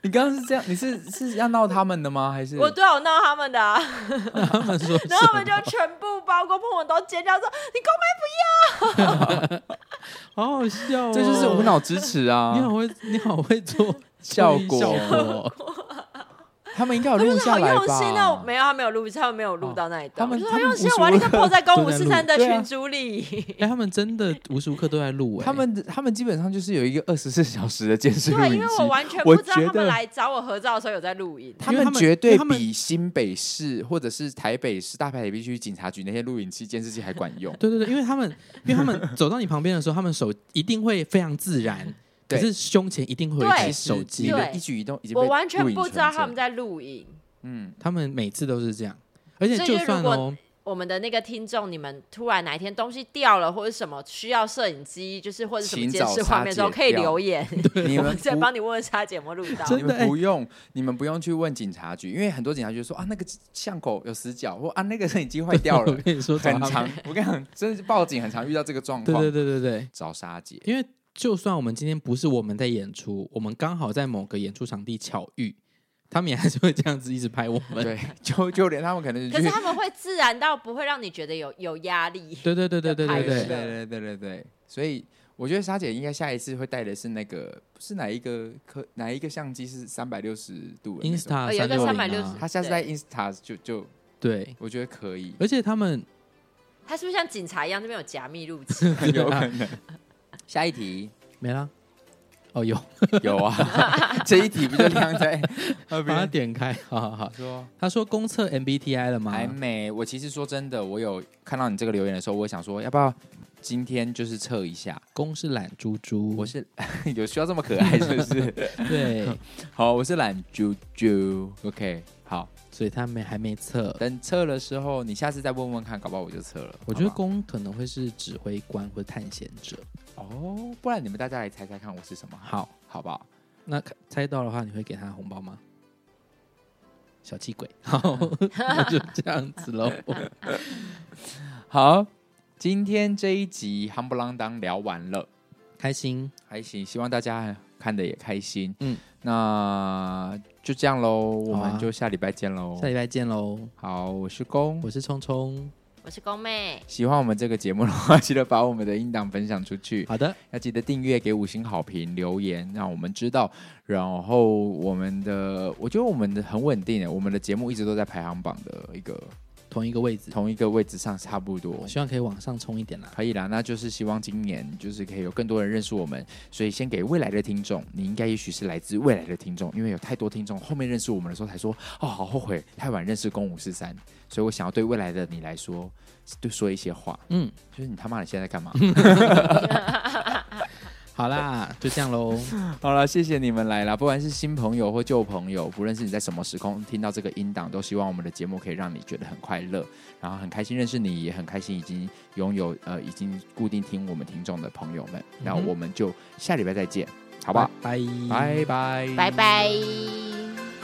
Speaker 1: 你刚刚是这样，你是是要闹他们的吗？还是
Speaker 3: 我都有闹他们的啊、
Speaker 2: 他们说
Speaker 3: 然后
Speaker 2: 什
Speaker 3: 我们就
Speaker 2: 么？
Speaker 3: 全部包括碰碰都尖叫说你公
Speaker 2: 好好笑、哦，
Speaker 1: 这就是无。脑支持
Speaker 2: 你好
Speaker 1: 啊？
Speaker 2: 会，你好会做
Speaker 1: 效
Speaker 2: 注意
Speaker 1: 果
Speaker 2: 效果。
Speaker 1: 他们应该有
Speaker 3: 他
Speaker 1: 哦录
Speaker 3: 们
Speaker 1: 下
Speaker 3: 好
Speaker 1: 来
Speaker 3: 用
Speaker 1: 吧？哦
Speaker 3: 心哦，没有，他没有录，他们没有录到那一
Speaker 1: 他
Speaker 3: 段。
Speaker 1: 们
Speaker 3: 我说
Speaker 1: 他
Speaker 3: 好
Speaker 1: 们
Speaker 3: 用心
Speaker 1: 无，
Speaker 3: 啊
Speaker 1: 时
Speaker 3: 我要立刻
Speaker 1: 无刻
Speaker 3: 破在公
Speaker 2: 都
Speaker 3: 五
Speaker 2: 在
Speaker 3: 四三的
Speaker 1: 录对啊
Speaker 3: 群组里。
Speaker 2: 哎、他们真的无时无刻都在录、哎，
Speaker 1: 他们他们基本上就是有一个 二十四小时的监视录
Speaker 3: 对，啊因
Speaker 1: 影
Speaker 3: 为我
Speaker 1: 机，
Speaker 3: 完全
Speaker 1: 我
Speaker 3: 不知道
Speaker 1: 觉
Speaker 3: 他
Speaker 1: 得
Speaker 3: 们来找我合照的时候有在录影。
Speaker 1: 他
Speaker 2: 因为他
Speaker 1: 们
Speaker 2: 们
Speaker 1: 绝
Speaker 2: 因
Speaker 1: 对
Speaker 2: 为他们。
Speaker 1: 比新北市或者是台北市、大台北区警察局那些录影器、监视器还管用
Speaker 2: 对对对，因为他们，因为他们走到你旁边的时候，他们手一定会非常自然，可
Speaker 1: 对
Speaker 2: 是胸前一定会有
Speaker 3: 对
Speaker 2: 一
Speaker 1: 其
Speaker 2: 只
Speaker 1: 实
Speaker 2: 手机
Speaker 1: 你。的
Speaker 3: 对
Speaker 1: 一举一动已经被
Speaker 3: 我完全
Speaker 1: 录影
Speaker 3: 不
Speaker 1: 存
Speaker 3: 知道
Speaker 1: 证
Speaker 3: 他们在录影。
Speaker 1: 嗯，
Speaker 2: 他们每次都是这样，而且
Speaker 3: 所以
Speaker 2: 就
Speaker 3: 就如
Speaker 2: 算
Speaker 3: 果
Speaker 2: 哦，
Speaker 3: 我们的那个听众，你们突然哪一天东西掉了，或者什么需要摄影机，就是或者什么
Speaker 1: 请
Speaker 3: 监视
Speaker 1: 找莎
Speaker 3: 画面的时候，
Speaker 1: 姐
Speaker 3: 可以
Speaker 1: 调
Speaker 3: 留言，
Speaker 1: 你
Speaker 3: 我
Speaker 1: 们
Speaker 3: 们再
Speaker 1: 不
Speaker 3: 帮你问问莎姐有没有录到。
Speaker 2: 真
Speaker 1: 你
Speaker 2: 的欸
Speaker 1: 们不用，你们不用去问警察局，因为很多警察局说啊，那个巷口有死角，或啊那个摄影机坏掉
Speaker 2: 我
Speaker 1: 了，
Speaker 2: 跟你说，
Speaker 1: 很
Speaker 2: 找他
Speaker 1: 常
Speaker 2: 们。。
Speaker 1: 我跟你讲，真的是报警很常遇到这个状
Speaker 2: 对
Speaker 1: 况。
Speaker 2: 对对对对，
Speaker 1: 找莎姐，
Speaker 2: 因为就算我们今天不是我们在演出，我们刚好在某个演出场地巧遇，他们也还是会这样子一直拍我们。
Speaker 1: 对，就就连他们可能
Speaker 3: 可
Speaker 1: 就是去
Speaker 3: 他们会自然到不会让你觉得有有压力。
Speaker 2: 对对对对对
Speaker 3: 拍
Speaker 2: 对
Speaker 1: 对
Speaker 2: 对
Speaker 3: 摄
Speaker 1: 对对对对对，所以我觉得莎姐应该下一次会带的是那个，不是哪一个科哪一个相机是三百六十度的那种，
Speaker 2: ，Insta
Speaker 3: 有一
Speaker 2: 三
Speaker 3: 个
Speaker 2: 零
Speaker 3: 360
Speaker 2: 啊，
Speaker 1: 她下次带 Insta 就就
Speaker 2: 对，
Speaker 1: 我觉得可以，
Speaker 2: 而且他们
Speaker 3: 他是不是像警察一样，这边有加密录器？
Speaker 1: 有可能。下一题
Speaker 2: 没啦。哦，有，
Speaker 1: 有啊，这一题不就晾在那
Speaker 2: 把它
Speaker 1: 边？
Speaker 2: 点开，好好好。
Speaker 1: 说
Speaker 2: 他说公测 MBTI 了吗？
Speaker 1: 还没，我其实说真的，我有看到你这个留言的时候，我想说要不要今天就是测一下。
Speaker 2: 公是懒猪猪，
Speaker 1: 我是有需要这么可爱是不是？
Speaker 2: 对，
Speaker 1: 好，我是懒猪猪。OK，好，
Speaker 2: 所以他们还没测。
Speaker 1: 等测的时候，你下次再问问看，搞不好我就测了。
Speaker 2: 我觉得
Speaker 1: 好不
Speaker 2: 公可能会是指挥官或探险者。
Speaker 1: 好哦，不然你们大家来猜猜看我是什么，
Speaker 2: 好，
Speaker 1: 好不好？
Speaker 2: 那猜到的话，你会给他红包吗？小气鬼，好，那就这样子喽。
Speaker 1: 好，今天这一集夯不啷当聊完了。
Speaker 2: 开心，
Speaker 1: 还行，希望大家看的也开心。
Speaker 2: 嗯
Speaker 1: 嗯，那就这样喽，我
Speaker 2: 好啊
Speaker 1: 们就下礼拜见喽
Speaker 2: 下。礼拜见喽，
Speaker 1: 好，我是公
Speaker 2: 我。是聪聪。
Speaker 3: 我是宫妹，
Speaker 1: 喜欢我们这个节目的话，记得把我们的音档分享出去，
Speaker 2: 好的，
Speaker 1: 要记得订阅、给五星好评、留言，让我们知道。然后我们的，我觉得我们的很稳定的，我们的节目一直都在排行榜的一个
Speaker 2: 同一个位置，
Speaker 1: 同一个位置上，差不多
Speaker 2: 我。希望可以往上冲一点啦。
Speaker 1: 可以啦，那就是希望今年就是可以有更多人认识我们，所以先给未来的听众，你应该也许是来自未来的听众，因为有太多听众后面认识我们的时候才说，哦，好后悔太晚认识公五四三，所以我想要对未来的你来说，对说一些话，
Speaker 2: 嗯，
Speaker 1: 就是你他妈你现在在干嘛？
Speaker 2: 好啦，就这样喽，
Speaker 1: 好了，谢谢你们来啦，不管是新朋友或旧朋友，不论是你在什么时空听到这个音档，都希望我们的节目可以让你觉得很快乐，然后很开心认识你，也很开心已经拥有呃已经固定听我们听众的朋友们，然后
Speaker 2: 嗯哼
Speaker 1: 我们就下礼拜再见，好不好？
Speaker 2: 拜
Speaker 1: 拜拜，
Speaker 3: 拜拜。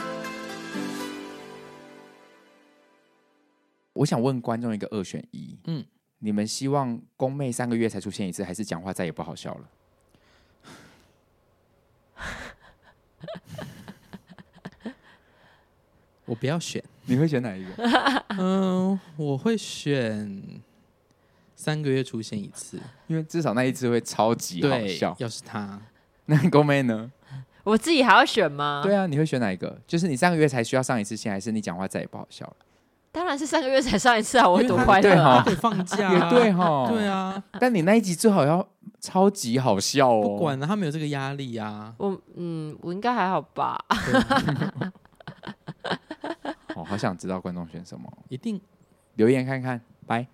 Speaker 1: 我想问观众一个二选一，嗯
Speaker 2: 嗯，
Speaker 1: 你们希望宫妹三个月才出现一次，还是讲话再也不好笑了？
Speaker 2: 我不要选，
Speaker 1: 你会选哪一 个？
Speaker 2: 嗯，我会选三个月出现一次，
Speaker 1: 因为至少那一次会超级好
Speaker 2: 对
Speaker 1: 笑，。
Speaker 2: 要是他，
Speaker 1: 那宫妹呢？
Speaker 3: 我自己还要选吗？
Speaker 1: 对啊，你会选哪一个？就是你三个月才需要上一次线，还是你讲话再也不好笑了？
Speaker 3: 当然是三个月才上一次啊，我会多快
Speaker 1: 对
Speaker 3: 乐
Speaker 1: 哈
Speaker 3: 啊！
Speaker 2: 可以放假、
Speaker 1: 哦 也对哦哈，
Speaker 2: 对。啊，
Speaker 1: 但你那一集最好要超级好笑哦，
Speaker 2: 不管了，他们有这个压力啊。
Speaker 3: 我嗯，我应该还好吧？
Speaker 1: 哦，好想知道观众选什么，
Speaker 2: 一定
Speaker 1: 留言看看，拜。